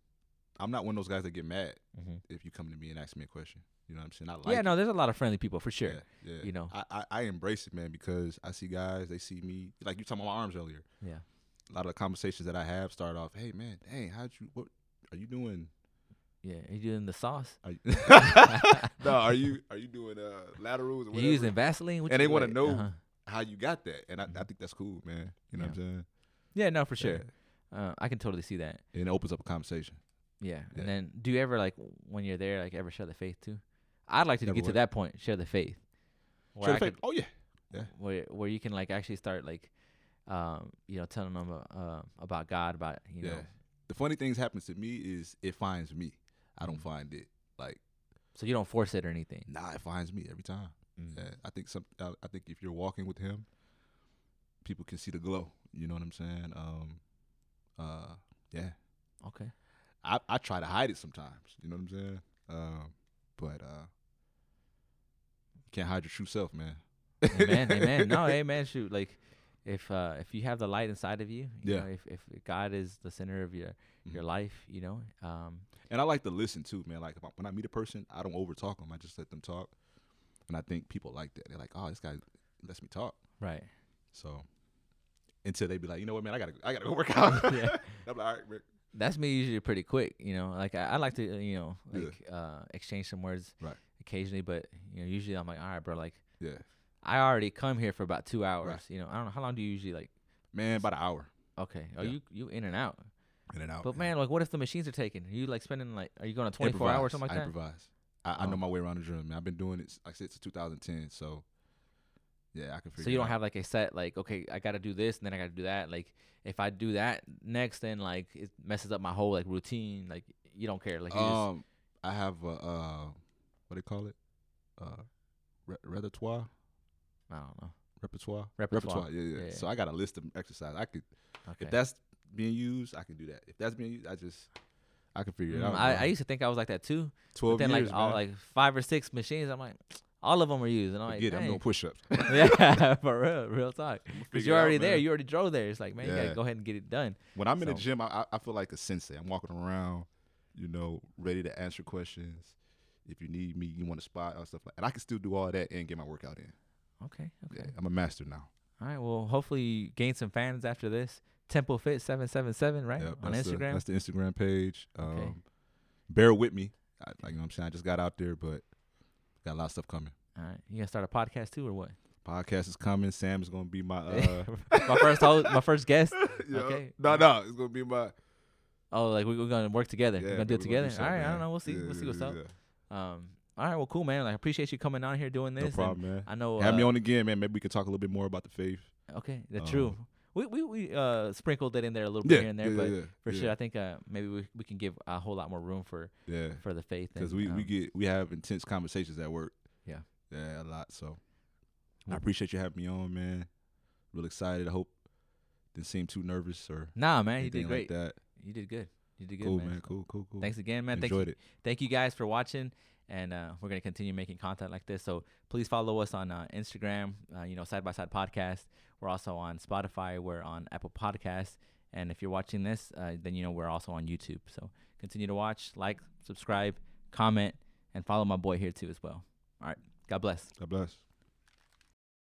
[SPEAKER 1] I'm not one of those guys that get mad
[SPEAKER 2] Mhm.
[SPEAKER 1] if you come to me and ask me a question. You know what I'm saying? I like
[SPEAKER 2] yeah,
[SPEAKER 1] it.
[SPEAKER 2] no, there's a lot of friendly people for sure.
[SPEAKER 1] Yeah, yeah.
[SPEAKER 2] You know,
[SPEAKER 1] I, I, I embrace it, man, because I see guys, they see me like you talking about my arms earlier.
[SPEAKER 2] Yeah.
[SPEAKER 1] A lot of the conversations that I have start off, hey man, dang, how'd you what are you doing?
[SPEAKER 2] yeah, you doing the sauce.
[SPEAKER 1] Are you No, are you are you doing uh laterals or
[SPEAKER 2] You
[SPEAKER 1] whatever?
[SPEAKER 2] using Vaseline, What
[SPEAKER 1] And
[SPEAKER 2] you- Uh-huh.
[SPEAKER 1] they wanna
[SPEAKER 2] what-
[SPEAKER 1] know. How you got that. And I, I think that's cool, man. You know what I'm saying?
[SPEAKER 2] Yeah, no, for sure.
[SPEAKER 1] Yeah.
[SPEAKER 2] Uh, I can totally see that.
[SPEAKER 1] And it opens up a conversation.
[SPEAKER 2] Yeah.
[SPEAKER 1] Yeah.
[SPEAKER 2] And then do you ever like when you're there, like ever share the faith too? I'd like to
[SPEAKER 1] Ever
[SPEAKER 2] get to
[SPEAKER 1] what?
[SPEAKER 2] that point, share the faith. Where
[SPEAKER 1] Show
[SPEAKER 2] I
[SPEAKER 1] the faith.
[SPEAKER 2] could-
[SPEAKER 1] Oh yeah. yeah.
[SPEAKER 2] where where you can like actually start like um you know telling them uh, uh, about God about you know
[SPEAKER 1] Yeah. The funny things happens to me is it finds me. I don't
[SPEAKER 2] Mhm.
[SPEAKER 1] find it. Like,
[SPEAKER 2] so you don't force it or anything.
[SPEAKER 1] nah, it finds me every time. Yeah, I think some. I, I think if you're walking with him, people can see the glow. You know what I'm saying? Um, uh, yeah.
[SPEAKER 2] Okay.
[SPEAKER 1] I I try to hide it sometimes. You know what I'm saying? Um, but uh, you can't hide your true self, man.
[SPEAKER 2] amen. Amen. No, amen. Shoot, like if uh if you have the light inside of you, you
[SPEAKER 1] Yeah.
[SPEAKER 2] know, if if God is the center of your your
[SPEAKER 1] Mhm.
[SPEAKER 2] life, you know, um
[SPEAKER 1] And I like to listen too, man. Like if I, when I meet a person, I don't over talk them. I just let them talk. And I think people like that. They're like, oh, this guy lets me talk.
[SPEAKER 2] right.
[SPEAKER 1] So until they be like, you know what, man, I gotta I gotta go work out.
[SPEAKER 2] Yeah.
[SPEAKER 1] I'm like, all right, man.
[SPEAKER 2] that's me usually pretty quick. You know, like I, I like to, uh, you know,
[SPEAKER 1] Yeah.
[SPEAKER 2] like uh, exchange some words
[SPEAKER 1] Right.
[SPEAKER 2] occasionally, but you know, usually I'm like, all right, bro, like
[SPEAKER 1] Yeah,
[SPEAKER 2] I already come here for about two hours. You know, I don't know how long do you usually like.
[SPEAKER 1] man, about an hour
[SPEAKER 2] Okay, oh
[SPEAKER 1] Yeah. Oh,
[SPEAKER 2] you you in and out.
[SPEAKER 1] in and out.
[SPEAKER 2] But man, like, what if the machines are taking? you like spending like, are you going to 24 hours or something like
[SPEAKER 1] I
[SPEAKER 2] that?
[SPEAKER 1] improvise. I, I
[SPEAKER 2] Oh.
[SPEAKER 1] know my way around the drum. Man. I've been doing it s- like since 2010. So yeah, I can figure.
[SPEAKER 2] So
[SPEAKER 1] it
[SPEAKER 2] you don't
[SPEAKER 1] out.
[SPEAKER 2] have like a set like, okay, I got to do this and then I got to do that. Like, if I do that next, then like it messes up my whole like routine. Like, you don't care. Like, you just,
[SPEAKER 1] um, I have a uh, what do you call it? Uh, re- repertoire.
[SPEAKER 2] I don't know.
[SPEAKER 1] Repertoire.
[SPEAKER 2] Repertoire.
[SPEAKER 1] Yeah, yeah,
[SPEAKER 2] Yeah, yeah.
[SPEAKER 1] So I got a list of exercise. I could
[SPEAKER 2] Okay.
[SPEAKER 1] if that's being used, I can do that. If that's being used, I just I can figure it
[SPEAKER 2] Mm,
[SPEAKER 1] out.
[SPEAKER 2] I,
[SPEAKER 1] bro.
[SPEAKER 2] I used to think I was like that too. But
[SPEAKER 1] twelve
[SPEAKER 2] then
[SPEAKER 1] years.
[SPEAKER 2] like all
[SPEAKER 1] man.
[SPEAKER 2] like five or six machines, I'm like, all of them were used, and I'm
[SPEAKER 1] Forget it, I'm
[SPEAKER 2] like,
[SPEAKER 1] doing push-ups. Because
[SPEAKER 2] dang. yeah, for real, real talk. Because you're already there, you already drove there. It's like, man, you
[SPEAKER 1] Yeah.
[SPEAKER 2] gotta go ahead and get it done.
[SPEAKER 1] When I'm in the
[SPEAKER 2] So-
[SPEAKER 1] gym, I, I- I feel like a sensei. I'm walking around, you know, ready to answer questions. If you need me, you want a spot or stuff like And I can still do all that and get my workout in.
[SPEAKER 2] Okay, okay.
[SPEAKER 1] Yeah, I'm a master now.
[SPEAKER 2] All right. Well, hopefully you gain some fans after this. Temple Fit seven seven seven, right?
[SPEAKER 1] Yep,
[SPEAKER 2] On
[SPEAKER 1] that's The,
[SPEAKER 2] Instagram.
[SPEAKER 1] that's the Instagram page. Um,
[SPEAKER 2] Okay.
[SPEAKER 1] Bear with me. I, like, you know what I'm saying? I just got out there, but got a lot of stuff coming.
[SPEAKER 2] all right. You gonna start a podcast too or what?
[SPEAKER 1] Podcast is coming. Sam is going to be my. Uh,
[SPEAKER 2] my first host, my first guest.
[SPEAKER 1] you know,
[SPEAKER 2] Okay.
[SPEAKER 1] No, no. It's going to be my.
[SPEAKER 2] Oh, like we- we're gonna work together.
[SPEAKER 1] Yeah,
[SPEAKER 2] we're gonna do it
[SPEAKER 1] we're gonna
[SPEAKER 2] together.
[SPEAKER 1] something,
[SPEAKER 2] all right. I
[SPEAKER 1] man.
[SPEAKER 2] don't know. We'll see.
[SPEAKER 1] Yeah,
[SPEAKER 2] we'll see what's
[SPEAKER 1] yeah,
[SPEAKER 2] up.
[SPEAKER 1] yeah.
[SPEAKER 2] Um. All right. Well, cool, man. Like, I appreciate you coming on here doing this.
[SPEAKER 1] No
[SPEAKER 2] and
[SPEAKER 1] problem, man.
[SPEAKER 2] I know.
[SPEAKER 1] Have
[SPEAKER 2] uh,
[SPEAKER 1] me on again, man. Maybe we could talk a little bit more about the faith.
[SPEAKER 2] Okay, that's
[SPEAKER 1] Um,
[SPEAKER 2] true. We we we uh sprinkled that in there a little bit here and there, but for
[SPEAKER 1] yeah,
[SPEAKER 2] sure, I think uh maybe we we can give a whole lot more room for
[SPEAKER 1] Yeah.
[SPEAKER 2] for the faith
[SPEAKER 1] because
[SPEAKER 2] and,
[SPEAKER 1] we, we
[SPEAKER 2] um,
[SPEAKER 1] get we have intense conversations at work.
[SPEAKER 2] Yeah.
[SPEAKER 1] yeah, a lot. So I
[SPEAKER 2] Well-
[SPEAKER 1] appreciate you having me on, man. Real excited. I hope didn't seem too nervous or
[SPEAKER 2] Nah, man, you
[SPEAKER 1] anything
[SPEAKER 2] did great.
[SPEAKER 1] like that.
[SPEAKER 2] you did good. You did good,
[SPEAKER 1] cool,
[SPEAKER 2] man.
[SPEAKER 1] man. Cool, cool, cool.
[SPEAKER 2] Thanks again, man. Thank you,
[SPEAKER 1] Enjoyed it.
[SPEAKER 2] thank you guys for watching, and uh, we're gonna continue making content like this. So please follow us on uh, Instagram. Uh, you know, side by side podcast. We're also on Spotify. We're on Apple Podcasts, and if you're watching this, uh, then you know we're also on YouTube. So continue to watch, like, subscribe, comment, and follow my boy here too as well. All right, God bless.
[SPEAKER 1] God bless.